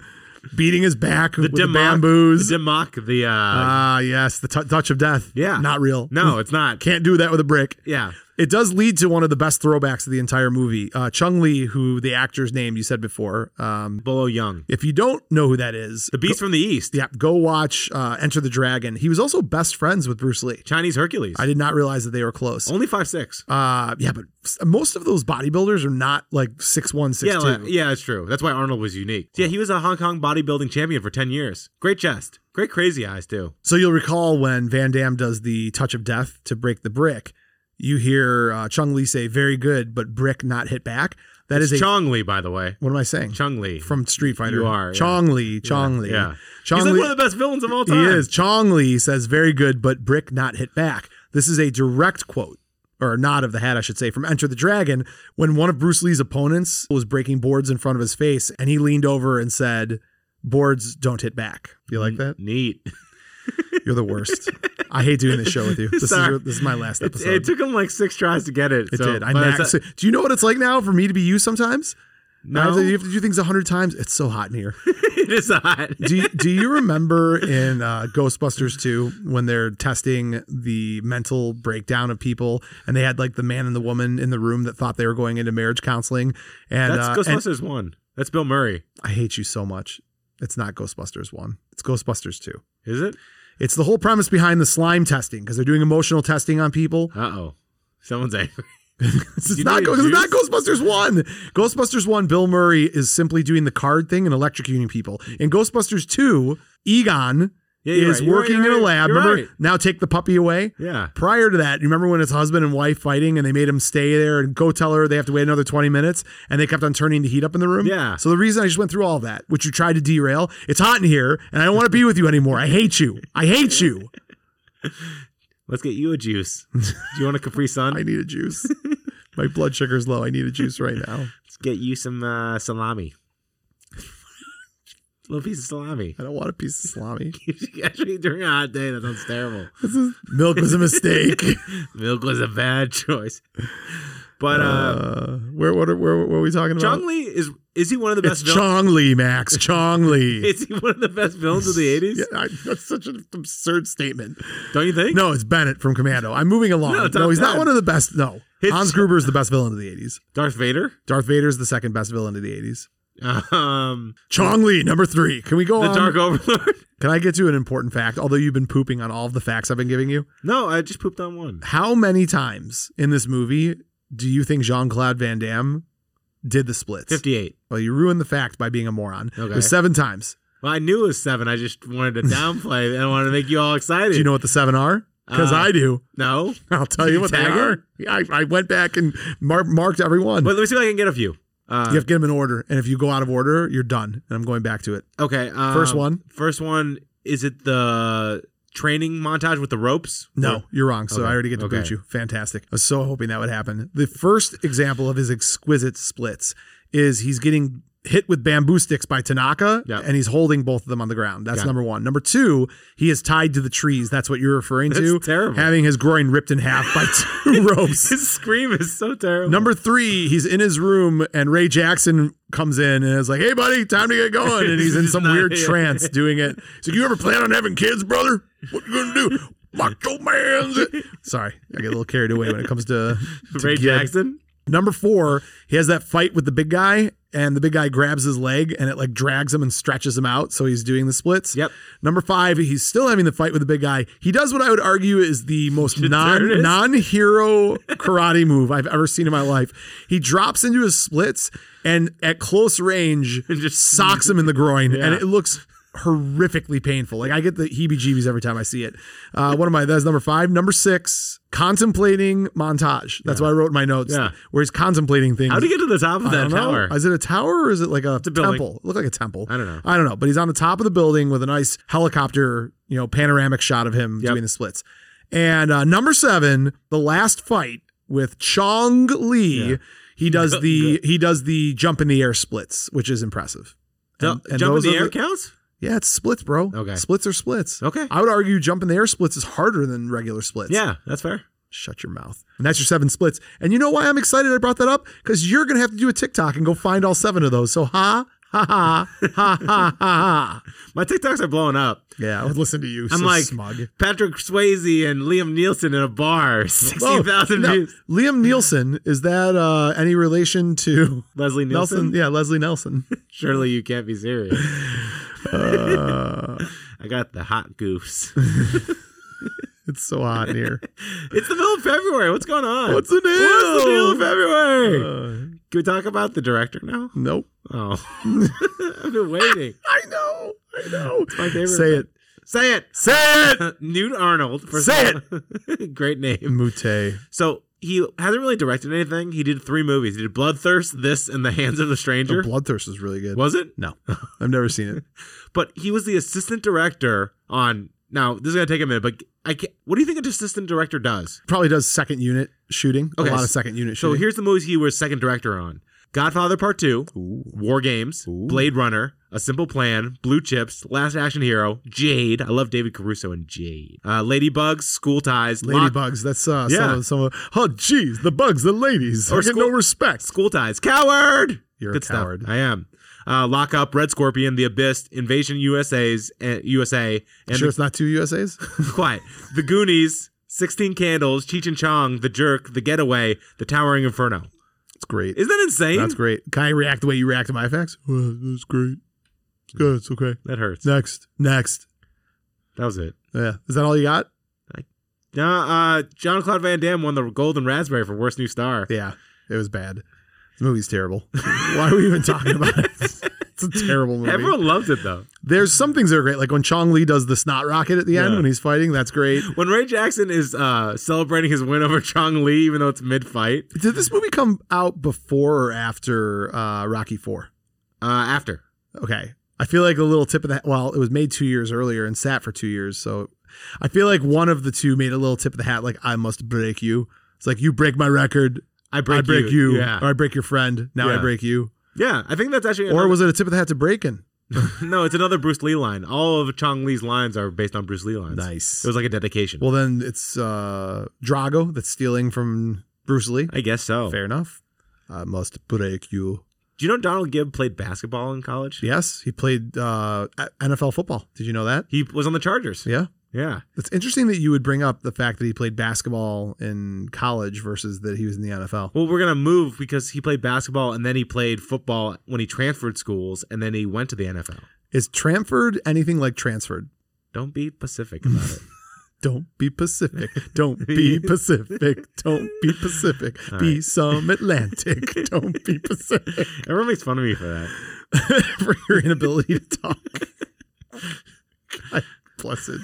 S1: beating his back with the
S2: Dimmock-
S1: bamboos.
S2: The Dimmock. The uh,
S1: Ah, yes, the t- touch of death.
S2: Yeah.
S1: not real.
S2: no, it's not.
S1: can't do that with a brick.
S2: Yeah,
S1: It does lead to one of the best throwbacks of the entire movie. Uh, Chung Lee, who the actor's name you said before. Um,
S2: Bolo Young,
S1: if you don't know who that is,
S2: the Beast from the East,
S1: yeah, go watch uh, Enter the Dragon. He was also best friends with Bruce Lee.
S2: Chinese Hercules.
S1: I did not realize that they were close.
S2: Only five six.
S1: Uh, yeah, but s- most of those bodybuilders are not like six one, six
S2: Yeah,
S1: two.
S2: like- yeah, it's true. That's why Arnold was unique. Yeah, he was a Hong Kong bodybuilding champion for ten years. Great chest, great crazy eyes too.
S1: So you'll recall when Van Damme does the touch of death to break the brick, you hear uh, Chung Lee say, "Very good, but brick not hit back." That is a.
S2: Chong Lee, by the way.
S1: what am I saying?
S2: Chong Lee
S1: from Street Fighter.
S2: You are, yeah.
S1: Chong Lee. Chong Lee.
S2: Yeah,
S1: Chong
S2: he's like
S1: Li-
S2: one of the best villains of all
S1: He
S2: time.
S1: is. Chong Lee says, very good, but brick not hit back. This is a direct quote, or a nod of the hat, I should say, from Enter the Dragon when one of Bruce Lee's opponents was breaking boards in front of his face and he leaned over and said, Boards don't hit back. You like that?
S2: Neat.
S1: You're the worst. I hate doing this show with you. This, is,
S2: Sorry.
S1: your, this is my last
S2: It,
S1: episode.
S2: it took him like six tries to get it.
S1: It
S2: so-
S1: did. I
S2: but it's-
S1: maxed it. Do you know what it's like now for me to be you sometimes? I have
S2: No,
S1: to- you have to do things a hundred times. It's so hot in here.
S2: it is hot.
S1: do you, do you remember in uh, Ghostbusters 2 when they're testing the mental breakdown of people and they had like the man and the woman in the room that thought they were going into marriage counseling and,
S2: That's
S1: uh, and
S2: Ghostbusters one. That's Bill Murray,
S1: I hate you so much. It's not Ghostbusters 1. It's Ghostbusters 2.
S2: is it?
S1: It's the whole premise behind the slime testing because they're doing emotional testing on people.
S2: Uh oh, someone's angry.
S1: It's
S2: You
S1: not,
S2: need
S1: Ghost- it's not
S2: juice?
S1: Ghostbusters 1. Ghostbusters 1, Bill Murray is simply doing the card thing and electrocuting people. In Ghostbusters 2, Egon
S2: Yeah, you're
S1: is
S2: right. You're right,
S1: working
S2: you're
S1: in a
S2: right.
S1: lab.
S2: You're
S1: remember,
S2: right.
S1: now take the puppy away.
S2: Yeah.
S1: Prior to that, you remember when it's husband and wife fighting and they made him stay there and go tell her they have to wait another 20 minutes and they kept on turning the heat up in the room?
S2: Yeah.
S1: So the reason I just went through all that, which you tried to derail, it's hot in here and I don't want to be with you anymore. I hate you. I hate you.
S2: Let's get you a juice. Do you want a Capri Sun?
S1: I need a juice. My blood sugar's low. I need a juice right now.
S2: Let's get you some uh, salami. Little piece of salami.
S1: I don't want a piece of salami.
S2: Actually, during a hot day, that sounds terrible.
S1: Milk was a mistake.
S2: Milk was a bad choice. But uh,
S1: Uh, where, what are, where, what are we talking about?
S2: Chong Lee is is he one of the
S1: it's
S2: best villains?
S1: Chong Lee, Max. Chong Lee.
S2: Is he one of the best villains of the eighties?
S1: Yeah, I, that's such an absurd statement.
S2: Don't you think?
S1: No, it's Bennett from Commando. I'm moving along.
S2: No,
S1: No,
S2: it's not
S1: he's not
S2: bad.
S1: one of the best. No,
S2: It's-
S1: Hans Gruber is the best villain of the 80s.
S2: Darth Vader.
S1: Darth Vader is the second best villain of the 80s.
S2: Um,
S1: Chong Li, number three. Can we go
S2: the
S1: on?
S2: Dark Overlord.
S1: Can I get to an important fact? Although you've been pooping on all of the facts I've been giving you.
S2: No, I just pooped on one.
S1: How many times in this movie do you think Jean Claude Van Damme did the splits?
S2: Fifty-eight.
S1: Well, you ruined the fact by being a moron. It
S2: Okay.
S1: was seven times.
S2: Well, I knew it was seven. I just wanted to downplay it and I wanted to make you all excited.
S1: Do you know what the seven are? Because
S2: Uh,
S1: I do.
S2: No,
S1: I'll tell
S2: you
S1: you what they
S2: tag
S1: are.
S2: her?
S1: I, I went back and mar- marked everyone.
S2: but let me see if I can get a few. Uh,
S1: you have to get them in order, and if you go out of order, you're done. And I'm going back to it.
S2: Okay. Um,
S1: First one?
S2: First one. Is it the training montage with the ropes?
S1: No,
S2: Or-
S1: you're wrong. So I
S2: Okay,
S1: already get to
S2: okay.
S1: boot you. Fantastic. I was so hoping that would happen. The first example of his exquisite splits is he's getting hit with bamboo sticks by Tanaka
S2: Yeah.
S1: and he's holding both of them on the ground. That's
S2: Got it.
S1: number one. Number two, he is tied to the trees. That's what you're referring
S2: That's
S1: to.
S2: terrible.
S1: Having his groin ripped in half by two ropes.
S2: His scream is so terrible.
S1: Number three, he's in his room and Ray Jackson comes in and is like, hey, buddy, time to get going. And he's in
S2: He's
S1: some
S2: not-
S1: weird trance doing it. He's like, you ever plan on having kids, brother? What you going to do? Macho man's. it." Sorry, I get a little carried away when it comes to, to
S2: Ray
S1: kid.
S2: Jackson.
S1: Number four, he has that fight with the big guy and the big guy grabs his leg and it like drags him and stretches him out. So he's doing the splits.
S2: Yep.
S1: Number five, he's still having the fight with the big guy. He does what I would argue is the most non
S2: Deterrent.
S1: non hero karate move I've ever seen in my life. He drops into his splits and at close range just
S2: just-
S1: socks him in the groin, and
S2: Yeah.
S1: it looks horrifically painful. Like I get the heebie-jeebies every time I see it. Uh, what am I? That's number five. Number six, contemplating montage. That's why I wrote in my notes.
S2: Yeah.
S1: where he's contemplating things.
S2: How do you get to the top of
S1: I
S2: that
S1: don't know.
S2: tower?
S1: Is it a tower or is it like a,
S2: a building.
S1: temple? It looked like a temple.
S2: I don't know.
S1: I don't know. But he's on the top of the building with a nice helicopter, you know, panoramic shot of him
S2: Yep.
S1: doing the splits. And uh, number seven, the last fight with Chong Li,
S2: Yeah.
S1: he does the he does the jump in the air splits, which is impressive.
S2: Du-
S1: And- and
S2: jump in
S1: those
S2: the
S1: are
S2: air
S1: the-
S2: counts?
S1: Yeah, it's splits, bro.
S2: Okay.
S1: Splits are splits.
S2: Okay.
S1: I would argue jump in the air splits is harder than regular splits.
S2: Yeah, that's fair.
S1: Shut your mouth. And that's your seven splits. And you know why I'm excited I brought that up? Because you're going to have to do a TikTok and go find all seven of those. So ha, ha, ha, ha, ha, ha, ha.
S2: My TikToks are blowing up.
S1: Yeah, I would listen to you.
S2: I'm
S1: so
S2: like
S1: smug.
S2: Patrick Swayze and Liam Nielsen in a bar.
S1: Oh,
S2: Sixty thousand
S1: no.
S2: views.
S1: Liam Nielsen, is that uh, any relation to
S2: Leslie Nielsen.
S1: Nelson? Yeah, Leslie Nelson.
S2: Surely you can't be serious.
S1: Uh.
S2: I got the hot goofs.
S1: It's so hot in here.
S2: It's the middle of February. What's going on?
S1: What's the deal?
S2: What's the deal of February?
S1: Uh,
S2: Can we talk about the director now?
S1: nope.
S2: Oh, I've been waiting.
S1: I know. I know.
S2: my favorite.
S1: Say it.
S2: Say it. Uh,
S1: Say it.
S2: Newt Arnold. first
S1: Say
S2: of all. Great name.
S1: Mute.
S2: So he hasn't really directed anything. He did three movies. He did Bloodthirst, this, and The Hands of the
S1: The
S2: Stranger.
S1: Bloodthirst is really good.
S2: was it?
S1: No, I've never seen it.
S2: But he was the assistant director on. Now this is gonna take a minute, but I can't, what do you think an assistant director does?
S1: Probably does second unit shooting.
S2: Okay,
S1: a lot
S2: so-
S1: of second unit
S2: So
S1: shooting.
S2: here's the movies he was second director on: Godfather Part Two, War Games, Blade Runner, A Simple Plan, Blue Chips, Last Action Hero, Jade. I love David Caruso and Jade. Uh, Ladybugs, School Ties, Lock-
S1: Ladybugs. That's uh, some
S2: Yeah.
S1: of some of. Oh, jeez, the bugs, the ladies.
S2: Or
S1: I get no
S2: school-
S1: respect.
S2: School Ties, Coward.
S1: You're
S2: Good
S1: a
S2: stuff.
S1: coward.
S2: I am. Uh, Lock Up, Red Scorpion, The Abyss, Invasion USA's uh, USA, and
S1: sure,
S2: the
S1: it's not two USA's.
S2: Quiet. The Goonies, 16 Candles, Cheech and Chong, The Jerk, The Getaway, The Towering Inferno.
S1: it's great.
S2: Isn't that insane?
S1: That's great. Can I react the way you react to my facts? Well, that's great. It's good. It's okay.
S2: That hurts.
S1: Next, next.
S2: That was it.
S1: Yeah, is that all you got?
S2: No, uh, John Claude Van Damme won the Golden Raspberry for Worst New Star.
S1: Yeah, it was bad. This movie's terrible. Why are we even talking about it? It's a terrible movie.
S2: Everyone loves it though.
S1: There's some things that are great, like when Chong Li does the snot rocket at the end
S2: Yeah.
S1: when he's fighting. That's great.
S2: When Ray Jackson is uh, celebrating his win over Chong Lee, even though it's mid fight,
S1: Did this movie come out before or after uh, Rocky Four?
S2: uh, after.
S1: Okay. I feel like a little tip of the well, it was made two years earlier and sat for two years, so I feel like one of the two made a little tip of the hat, like I must break you. It's like you break my record,
S2: I break,
S1: I break you,
S2: you. Yeah.
S1: or I break your friend, now I
S2: Yeah.
S1: break you.
S2: yeah, I think that's actually.
S1: Or
S2: another-
S1: was it a tip of the hat to breaking?
S2: no, it's another Bruce Lee line. All of Chong Lee's lines are based on Bruce Lee lines.
S1: Nice.
S2: It was like a dedication.
S1: Well, then it's uh, Drago that's stealing from Bruce Lee.
S2: I guess so.
S1: Fair enough. I must break you.
S2: Do you know Donald Gibb played basketball in college?
S1: Yes, he played uh, NFL football. Did you know that?
S2: He was on the Chargers.
S1: Yeah,
S2: Yeah.
S1: It's interesting that you would bring up the fact that he played basketball in college versus that he was in the NFL.
S2: Well, we're gonna move because he played basketball and then he played football when he transferred schools and then he went to the NFL.
S1: Is Tramford anything like Transford?
S2: Don't be Pacific about it.
S1: Don't be Pacific. Don't be Pacific. Don't be Pacific. Be some Atlantic. Don't be Pacific.
S2: Everyone makes fun of me for that.
S1: For your inability to talk. God bless it.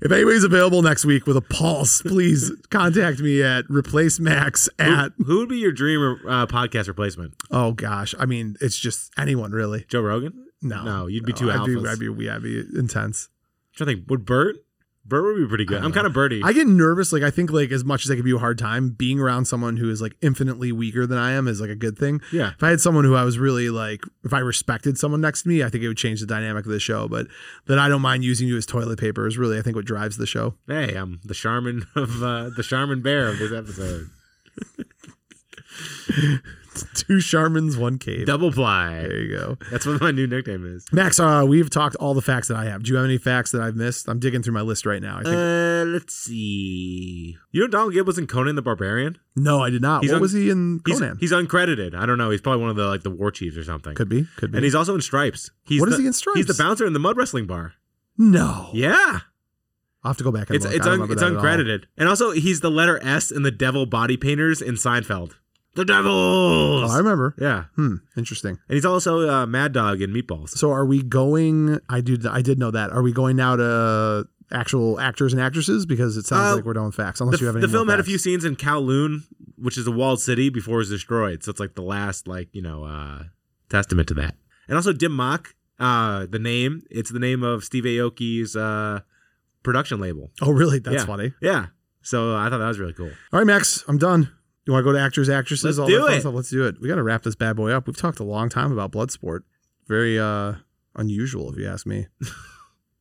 S1: If anybody's available next week with a pulse, please contact me at replacemax at.
S2: Who would be your dream uh, podcast replacement?
S1: Oh gosh, I mean, it's just anyone really.
S2: Joe Rogan?
S1: No,
S2: No, you'd be too
S1: I'd
S2: alphas.
S1: Be, I'd be, yeah, I'd be intense.
S2: I'm trying to think. Would Bert? Bert would be pretty good. I'm kind of Bertie.
S1: I get nervous. Like I think, like as much as I give you a hard time, being around someone who is like infinitely weaker than I am is like a good thing.
S2: Yeah.
S1: If I had someone who I was really like, if I respected someone next to me, I think it would change the dynamic of the show. But that I don't mind using you as toilet paper is really, I think, what drives the show.
S2: hey, I'm the Charmin of uh, the Charmin Bear of this episode.
S1: Two Charmins, one cave.
S2: Double ply.
S1: There you go.
S2: That's what my new nickname is.
S1: Max, uh, we've talked all the facts that I have. Do you have any facts that I've missed? I'm digging through my list right now. I think
S2: Uh, let's see. You know Donald Gibb was in Conan the Barbarian.
S1: no, I did not.
S2: he's
S1: What
S2: on-
S1: was he in
S2: He's,
S1: Conan?
S2: he's uncredited. I don't know. He's probably one of the like the war chiefs or something.
S1: could be, could be.
S2: And he's also in Stripes. He's
S1: What
S2: the,
S1: is he in Stripes?
S2: He's the bouncer in the mud wrestling bar.
S1: no,
S2: Yeah,
S1: I'll have to go back and
S2: it's
S1: look.
S2: it's
S1: I don't
S2: un,
S1: remember
S2: it's
S1: that at all.
S2: uncredited. And also, he's the letter S in the Devil Body Painters in Seinfeld. The Devils.
S1: Oh, I remember.
S2: yeah,
S1: Hmm, interesting.
S2: and he's also uh, Mad Dog in Meatballs.
S1: So are we going? I do. I did know that. Are we going now to actual actors and actresses? Because it sounds
S2: Uh,
S1: like we're done with facts. Unless
S2: the,
S1: you have any.
S2: the
S1: more
S2: film had a
S1: facts.
S2: few scenes in Kowloon, which is a walled city before it was destroyed. So it's like the last, like you know, uh, testament to that. And also Dim Mak, uh, the name. It's the name of Steve Aoki's uh, production label.
S1: Oh, really? That's
S2: Yeah.
S1: funny.
S2: Yeah. So I thought that was really cool.
S1: All right, Max. I'm done. You want to go to actors, actresses,
S2: Let's
S1: all
S2: do
S1: that fun
S2: it.
S1: stuff? Let's do it. We got to wrap this bad boy up. We've talked a long time about Bloodsport. Very uh unusual, if you ask me.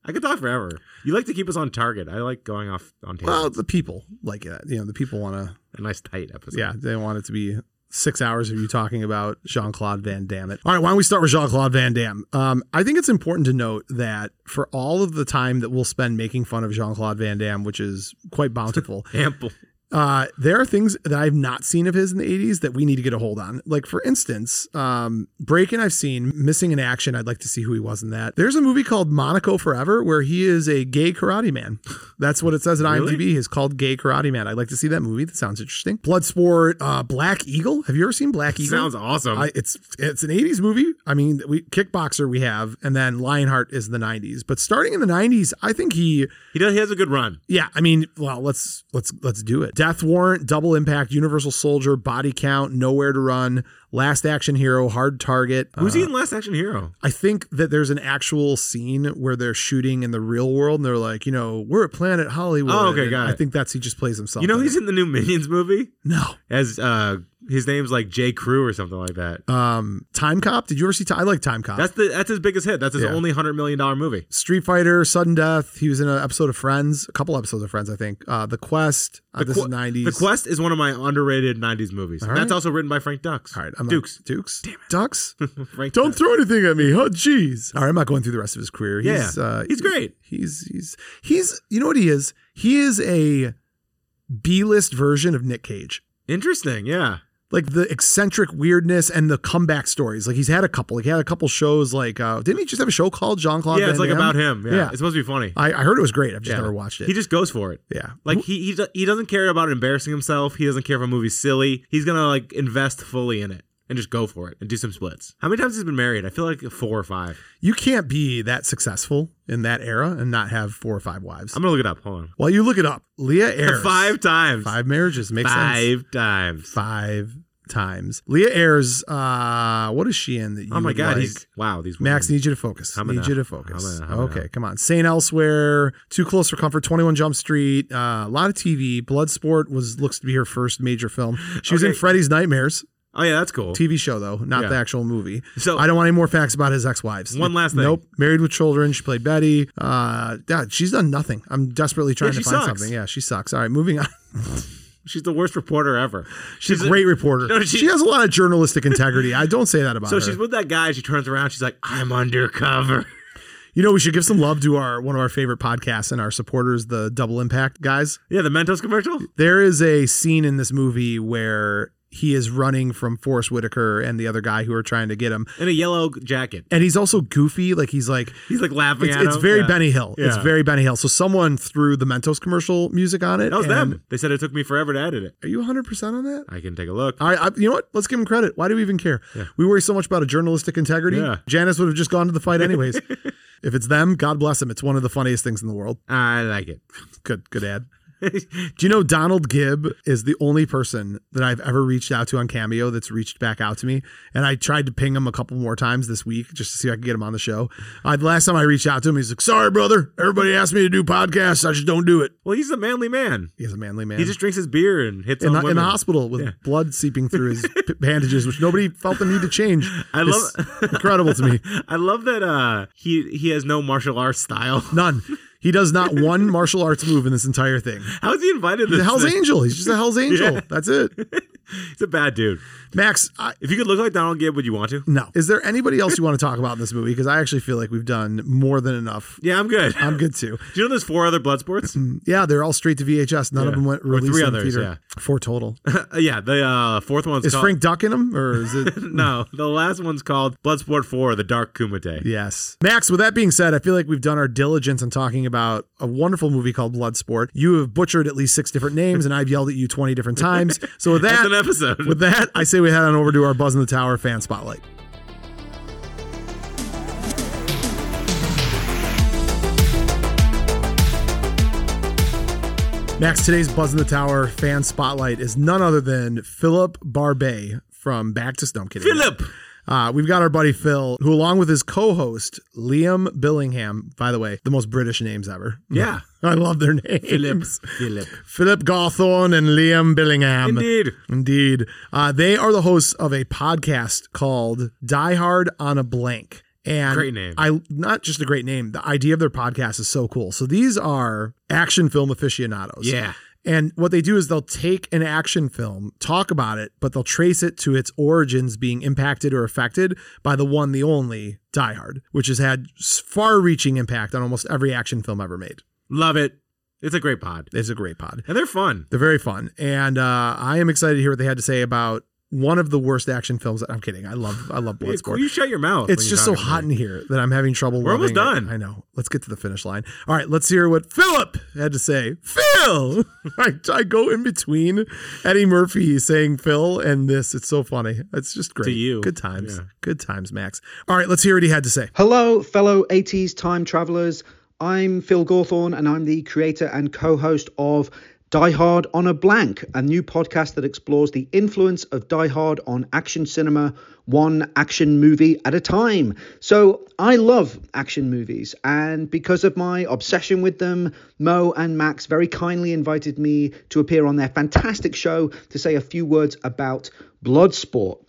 S2: I could talk forever. You like to keep us on target. I like going off on tangent.
S1: Well, the people like that. You know, the people want to.
S2: a nice tight episode.
S1: Yeah, they want it to be six hours of you talking about Jean Claude Van Damme. It. All right, why don't we start with Jean Claude Van Damme? Um, I think it's important to note that for all of the time that we'll spend making fun of Jean Claude Van Damme, which is quite bountiful,
S2: Ample.
S1: uh, there are things that I've not seen of his in the 80s that we need to get a hold on. Like, for instance, um, Break In I've seen, Missing in Action, I'd like to see who he was in that. There's a movie called Monaco Forever where he is a gay karate man. That's what it says at IMDb. He's called Gay Karate Man. I'd like to see that movie. That sounds interesting. Bloodsport, uh, Black Eagle. Have you ever seen Black Eagle?
S2: Sounds awesome.
S1: I, it's it's an 80s movie. I mean, we Kickboxer we have, and then Lionheart is the 90s. But starting in the 90s, I think he
S2: he does. He has a good run.
S1: yeah, I mean, well, let's let's let's do it. Death Warrant, Double Impact, Universal Soldier, Body Count, Nowhere to Run, Last Action Hero, Hard Target.
S2: Who's
S1: Uh,
S2: he in Last Action Hero?
S1: I think that there's an actual scene where they're shooting in the real world, and they're like, you know, we're at Planet Hollywood.
S2: Oh, okay,
S1: And
S2: got
S1: I
S2: it.
S1: think that's he just plays himself.
S2: You know
S1: in
S2: he's
S1: it.
S2: in the new Minions movie.
S1: no.
S2: As uh, his name's like J Crew or something like that.
S1: Um, Time Cop. Did you ever see? Ti- I like Time Cop.
S2: That's the that's his biggest hit. That's his
S1: Yeah.
S2: only hundred million dollar movie.
S1: Street Fighter, Sudden Death. He was in an episode of Friends, a couple episodes of Friends, I think. Uh, the Quest. Uh, this
S2: Qu-
S1: is 90s.
S2: The Quest is one of my underrated '90s movies.
S1: All
S2: And That's
S1: right.
S2: also written by Frank Dux.
S1: All right, I'm not-
S2: Dukes.
S1: Dukes. Damn it. Ducks.
S2: Frank
S1: Don't
S2: Dux.
S1: throw anything at me. Oh, jeez. All right, I'm not going through the rest of his career.
S2: Yeah,
S1: He's, uh,
S2: he's great.
S1: He's he's he's. You know what he is? He is a B-list version of Nick Cage.
S2: Interesting. Yeah.
S1: Like the eccentric weirdness and the comeback stories. Like he's had a couple. Like he had a couple shows. Like uh, didn't he just have a show called Jean Claude?
S2: yeah. It's like about him. Yeah.
S1: Yeah. Oh,
S2: It's supposed to be funny.
S1: I, I heard it was great. I've just
S2: Yeah.
S1: never watched it.
S2: He just goes for it.
S1: yeah.
S2: Like he, he do- he doesn't care about embarrassing himself. He doesn't care if a movie's silly. He's gonna like invest fully in it and just go for it and do some splits. How many times has he been married? I feel like four or five.
S1: you can't be that successful in that era and not have four or five wives.
S2: I'm gonna look it up. Hold on.
S1: While you look it up, Leah Ayres.
S2: Five times.
S1: Five marriages makes sense.
S2: Five times.
S1: five times. Leah Ayres, uh, what is she in that you
S2: Oh my
S1: would
S2: god.
S1: like?
S2: He's wow. These
S1: Max,
S2: women.
S1: need you to focus.
S2: I'm
S1: need
S2: gonna-
S1: you to focus.
S2: I'm gonna- I'm
S1: okay,
S2: gonna-
S1: come on. Saint Elsewhere, Too Close for Comfort, 21 Jump Street, uh, a lot of TV. Bloodsport was looks to be her first major film. She was in
S2: Okay.
S1: Freddy's Nightmares,
S2: Oh yeah, that's cool.
S1: TV show though, not
S2: Yeah.
S1: the actual movie.
S2: So-
S1: I don't want any more facts about his ex-wives.
S2: One last thing.
S1: Nope. Married with children. She played Betty. Uh, yeah, she's done nothing. I'm desperately trying
S2: Yeah,
S1: to
S2: she
S1: find
S2: sucks.
S1: something. Yeah, she sucks. All right, moving on.
S2: She's the worst reporter ever.
S1: She's a great reporter.
S2: No,
S1: she,
S2: she-
S1: has a lot of journalistic integrity. I don't say that about
S2: So
S1: her.
S2: she's with that guy. She turns around. She's like, "I'm undercover."
S1: You know, we should give some love to our one of our favorite podcasts and our supporters, the Double Impact guys.
S2: Yeah, the Mentos commercial.
S1: There is a scene in this movie where he is running from Forrest Whitaker and the other guy who are trying to get him.
S2: In a yellow jacket.
S1: And he's also goofy. Like he's like
S2: He's like laughing
S1: it's,
S2: at
S1: it's
S2: him.
S1: very
S2: Yeah.
S1: Benny Hill. It's
S2: Yeah.
S1: very Benny Hill. So someone threw the Mentos commercial music on it.
S2: That was
S1: and-
S2: them. They said it took me forever to edit it.
S1: Are you 100% on that?
S2: I can take a look.
S1: All right, I, you know what? Let's give him credit. Why do we even care? We worry so much about a journalistic integrity.
S2: Yeah.
S1: Janice would have just gone to the fight anyways. if it's them, God bless him. It's one of the funniest things in the world.
S2: I like it.
S1: Good, good ad. Do you know Donald Gibb is the only person that I've ever reached out to on Cameo that's reached back out to me? And I tried to ping him a couple more times this week just to see if I could get him on the show. Uh, the last time I reached out to him, he's like, "Sorry, brother. Everybody asked me to do podcasts. I just don't do it."
S2: Well, he's a manly man.
S1: He's a manly man.
S2: He just drinks his beer and hits
S1: in,
S2: on
S1: the, in
S2: women.
S1: the hospital with blood seeping through his p- bandages, which nobody felt the need to change.
S2: I love-
S1: It's incredible to me.
S2: I love that uh, he he has no martial arts style.
S1: None. He does not one martial arts move in this entire thing.
S2: How is he invited? to
S1: The
S2: this
S1: Hell's
S2: thing?
S1: Angel. He's just a Hell's Angel. That's it.
S2: He's a bad dude.
S1: Max, I,
S2: If you could look like Donald Gibb, would you want to?
S1: no. Is there anybody else you want to talk about in this movie? Because I actually feel like we've done more than enough.
S2: Yeah, I'm good.
S1: I'm good Mm. too.
S2: Do you know there's four other blood sports?
S1: Yeah, they're all straight to VHS. None of
S2: Yeah.
S1: them went
S2: Or
S1: released
S2: three
S1: in
S2: others,
S1: theater.
S2: yeah.
S1: Four total.
S2: yeah, the uh, fourth one's
S1: Is
S2: called.
S1: Frank Duck in them, or is it?
S2: no, the last one's called Bloodsport 4, The Dark Kumite.
S1: Yes. Max, with that being said, I feel like we've done our diligence in talking about a wonderful movie called Bloodsport. You have butchered at least six different names, and I've yelled at you 20 different times. So with
S2: That's
S1: that,
S2: an episode.
S1: with that, I say we head on over to our Buzz in the Tower fan spotlight. Max, today's Buzz in the Tower fan spotlight is none other than Philip Barbet from Back to Snow. I'm kidding.
S2: Philip!
S1: Uh, we've got our buddy Phil, who, along with his co host, Liam Billingham, by the way, the most British names ever.
S2: Yeah.
S1: I love their names.
S2: Philip. Philip.
S1: Philip Gawthorne and Liam Billingham.
S2: Indeed.
S1: Indeed. Uh, they are the hosts of a podcast called Die Hard on a Blank. And
S2: Great name.
S1: I not just a great name. The idea of their podcast is so cool. So these are action film aficionados.
S2: Yeah.
S1: And what they do is they'll take an action film, talk about it, but they'll trace it to its origins being impacted or affected by the one, the only Die Hard, which has had far reaching impact on almost every action film ever made.
S2: Love it. It's a great pod.
S1: It's a great pod.
S2: And they're fun.
S1: They're very fun, and uh, I am excited to hear what they had to say about one of the worst action films. I'm kidding. I love I love
S2: It's
S1: Bloodsport.
S2: You shut your mouth.
S1: It's
S2: when
S1: just so
S2: you're talking
S1: hot
S2: about
S1: in here that I'm having trouble.
S2: We're almost
S1: loving it.
S2: done.
S1: I know. Let's get to the finish line. All right, let's hear what Philip had to say. Phil, I, I go in between Eddie Murphy saying Phil and this. It's so funny. It's just great.
S2: you.
S1: good times.
S2: Yeah.
S1: Good times, Max. All right, let's hear what he had to say.
S5: Hello, fellow 80s time travelers. I'm Phil Gawthorne, and I'm the creator and co host of Die Hard on a Blank, a new podcast that explores the influence of Die Hard on action cinema, one action movie at a time. So, I love action movies, and because of my obsession with them, Mo and Max very kindly invited me to appear on their fantastic show to say a few words about Bloodsport.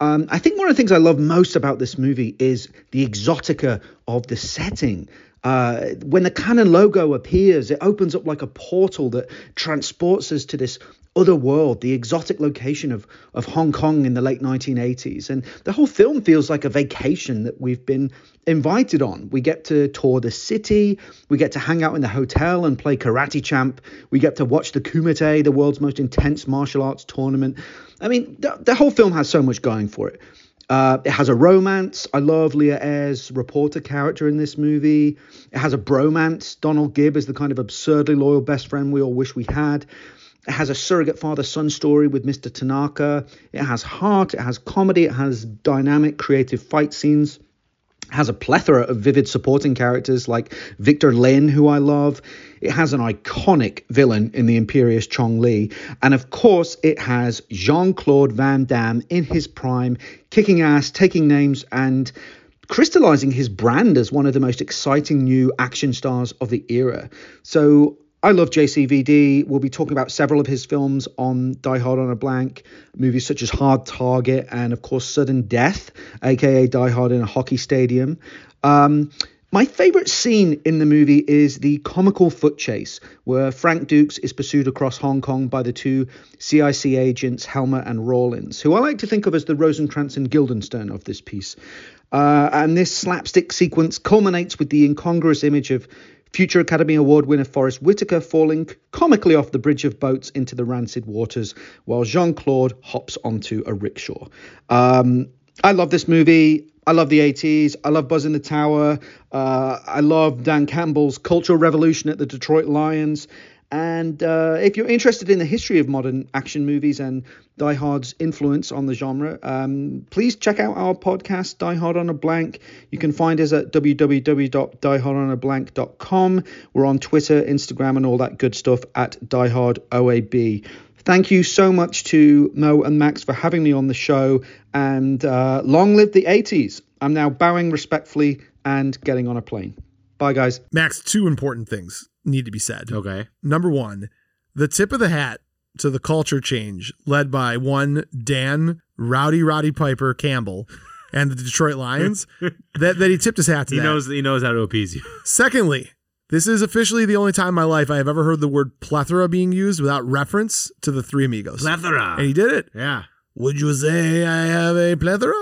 S5: Um, I think one of the things I love most about this movie is the exotica of the setting. Uh, when the Canon logo appears, it opens up like a portal that transports us to this other world, the exotic location of, of Hong Kong in the late 1980s. And the whole film feels like a vacation that we've been invited on. We get to tour the city, we get to hang out in the hotel and play karate champ, we get to watch the Kumite, the world's most intense martial arts tournament. I mean, the, the whole film has so much going for it. Uh, it has a romance. I love Leah Ayres' reporter character in this movie. It has a bromance. Donald Gibb is the kind of absurdly loyal best friend we all wish we had. It has a surrogate father son story with Mr. Tanaka. It has heart. It has comedy. It has dynamic, creative fight scenes has a plethora of vivid supporting characters like Victor Lin, who I love. It has an iconic villain in the imperious Chong Li. And of course, it has Jean Claude Van Damme in his prime, kicking ass, taking names, and crystallizing his brand as one of the most exciting new action stars of the era. So I love JCVD. We'll be talking about several of his films on Die Hard on a Blank, movies such as Hard Target and, of course, Sudden Death, aka Die Hard in a Hockey Stadium. Um, My favourite scene in the movie is the comical foot chase, where Frank Dukes is pursued across Hong Kong by the two CIC agents, Helmer and Rawlins, who I like to think of as the Rosencrantz and Guildenstern of this piece. Uh, and this slapstick sequence culminates with the incongruous image of future Academy Award winner Forrest Whitaker falling comically off the bridge of boats into the rancid waters while Jean Claude hops onto a rickshaw. Um, I love this movie. I love the 80s. I love Buzz in the Tower. Uh, I love Dan Campbell's Cultural Revolution at the Detroit Lions. And uh, if you're interested in the history of modern action movies and Die Hard's influence on the genre, um, please check out our podcast, Die Hard on a Blank. You can find us at www.diehardonablank.com. We're on Twitter, Instagram, and all that good stuff at Die Hard OAB. Thank you so much to Mo and Max for having me on the show. And uh, long live the 80s. I'm now bowing respectfully and getting on a plane. Bye, guys.
S1: Max, two important things need to be said.
S2: Okay.
S1: Number one, the tip of the hat to the culture change led by one Dan Rowdy Roddy Piper Campbell and the Detroit Lions that, that he tipped his hat to
S2: He
S1: that.
S2: knows he knows how to appease you.
S1: Secondly, this is officially the only time in my life I have ever heard the word plethora being used without reference to the Three Amigos.
S2: Plethora.
S1: and he did it.
S2: yeah.
S1: Would you say I have a plethora?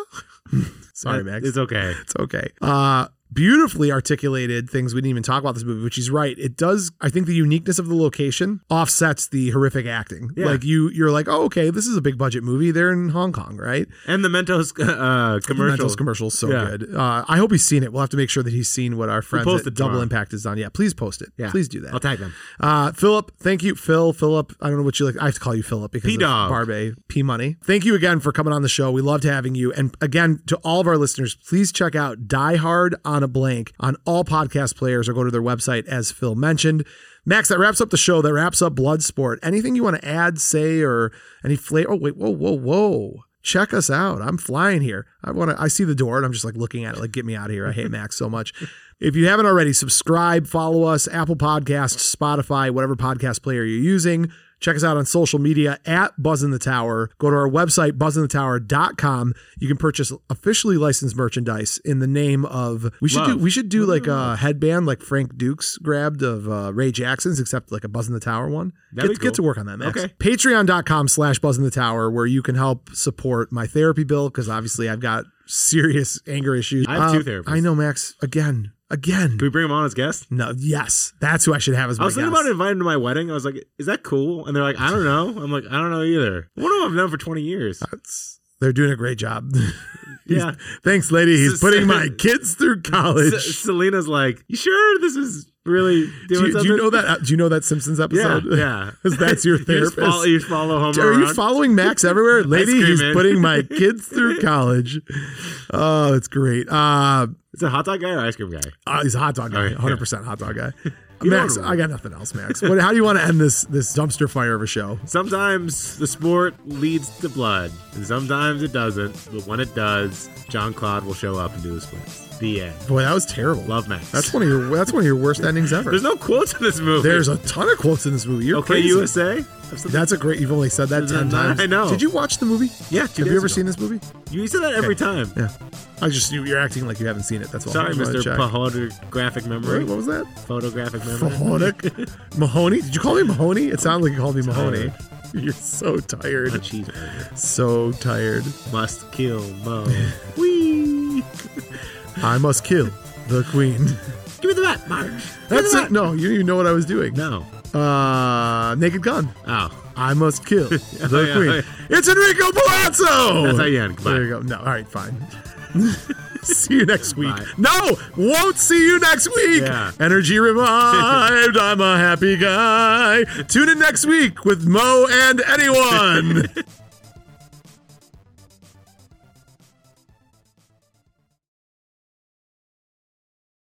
S1: Sorry, Max.
S2: It's okay.
S1: It's okay. Uh beautifully articulated things we didn't even talk about this movie, which he's right. It does I think the uniqueness of the location offsets the horrific acting.
S2: Yeah.
S1: Like you you're like, "Oh, okay, this is a big budget movie. They're in Hong Kong, right?"
S2: And the Mentos uh, commercial.
S1: Mentos commercial's so
S2: Yeah.
S1: good. Uh, I hope he's seen it. We'll have to make sure that he's seen what our friends at
S2: posted
S1: Double
S2: tomorrow.
S1: Impact has done. Yeah, please post it.
S2: Yeah.
S1: Please do that.
S2: I'll tag them.
S1: Uh, Philip, thank you, Phil. Philip, I don't know what you like. I have to call you Philip because
S2: P-Dog.
S1: of Barbe P Money. Thank you again for coming on the show. We loved having you. And again, to all of our listeners, please check out Die Hard on a Blank on all podcast players or go to their website, as Phil mentioned. Max, that wraps up the show. That wraps up Bloodsport. Anything you want to add, say, or any flavor? Oh, wait, whoa, whoa, whoa. Check us out. I'm flying here. I want to. I see the door and I'm just like looking at it, like get me out of here. I hate Max so much. If you haven't already, subscribe, follow us, Apple Podcasts, Spotify, whatever podcast player you're using. Check us out on social media at Buzz in the Tower. Go to our website, buzzinthetower.com. You can purchase officially licensed merchandise in the name of we should do
S2: Love.
S1: we should do like a headband like Frank Dukes grabbed of uh, Ray Jackson's, except like a Buzz in the Tower one.
S2: That'd
S1: get,
S2: be cool.
S1: get to work on that, Max.
S2: Okay.
S1: Patreon.com slash Buzz in the Tower, where you can help support my therapy bill, because obviously I've got serious anger issues. Um,
S2: I have two therapists.
S1: I know, Max. Again. Again.
S2: Can we bring him on as guest?
S1: No, yes, that's who I should have as my
S2: I was thinking
S1: guest.
S2: about inviting him to my wedding. I was like, "Is that cool?" And they're like, "I don't know." I'm like, "I don't know either." One of them I've known for 20 years.
S1: That's- they're doing a great job.
S2: Yeah.
S1: Thanks, lady. He's
S2: So-
S1: putting my kids through college.
S2: S- Selena's like, "You sure this is really
S1: do,
S2: doing
S1: you, do
S2: something?"
S1: you know that? uh, Do you know that Simpsons
S2: Yeah,
S1: episode?
S2: yeah.
S1: 'Cause that's your
S2: You just
S1: therapist.
S2: follow, you follow Homer
S1: Are you
S2: around.
S1: following Max everywhere? Lady,
S2: scream
S1: he's
S2: in.
S1: putting my kids through college. Oh, that's great. Uh,
S2: Is it hot dog guy or ice cream guy?
S1: uh, he's a hot dog
S2: All
S1: guy,
S2: right, Oh, yeah.
S1: 100% hot dog guy.
S2: know
S1: Max,
S2: what I
S1: I got nothing else, Max. What, how do you want to end this this dumpster fire of a show?
S2: Sometimes the sport leads to blood, and sometimes it doesn't. But when it does, John Claude will show up and do the splits. The end.
S1: Boy, that was terrible.
S2: Love Max.
S1: That's one of your that's one of your worst endings ever.
S2: There's no quotes in this movie.
S1: There's a ton of quotes in this movie. You're
S2: okay,
S1: crazy.
S2: USA.
S1: That's a great. You've only said that ten
S2: I
S1: times.
S2: know.
S1: Did you watch the movie?
S2: Yeah,
S1: Have you ever seen this movie?
S2: You said that every time.
S1: Yeah. I just you, you're acting like you haven't seen it. That's all.
S2: Sorry,
S1: I wanted to
S2: Mr.
S1: check.
S2: Photographic memory.
S1: Wait, What was that?
S2: Photographic memory.
S1: Mahonic? Mahoney? Did you call me Mahoney? It sounded like you called me Mahoney. You're so
S2: A
S1: tired.
S2: cheeseburger.
S1: So tired.
S2: Must kill Mo. Whee!
S1: I must kill the queen.
S2: Give me the bat, Marge.
S1: That's it. No, you didn't even know what I was doing.
S2: No.
S1: Uh, Naked Gun.
S2: Oh.
S1: I must kill the
S2: Oh, yeah,
S1: queen.
S2: oh, yeah.
S1: It's Enrico Palazzo.
S2: That's how you end. Goodbye.
S1: There you go. No, all right, fine. see you next week.
S2: Bye.
S1: No, won't see you next week.
S2: Yeah.
S1: Energy revived. I'm a happy guy. Tune in next week with Mo and anyone.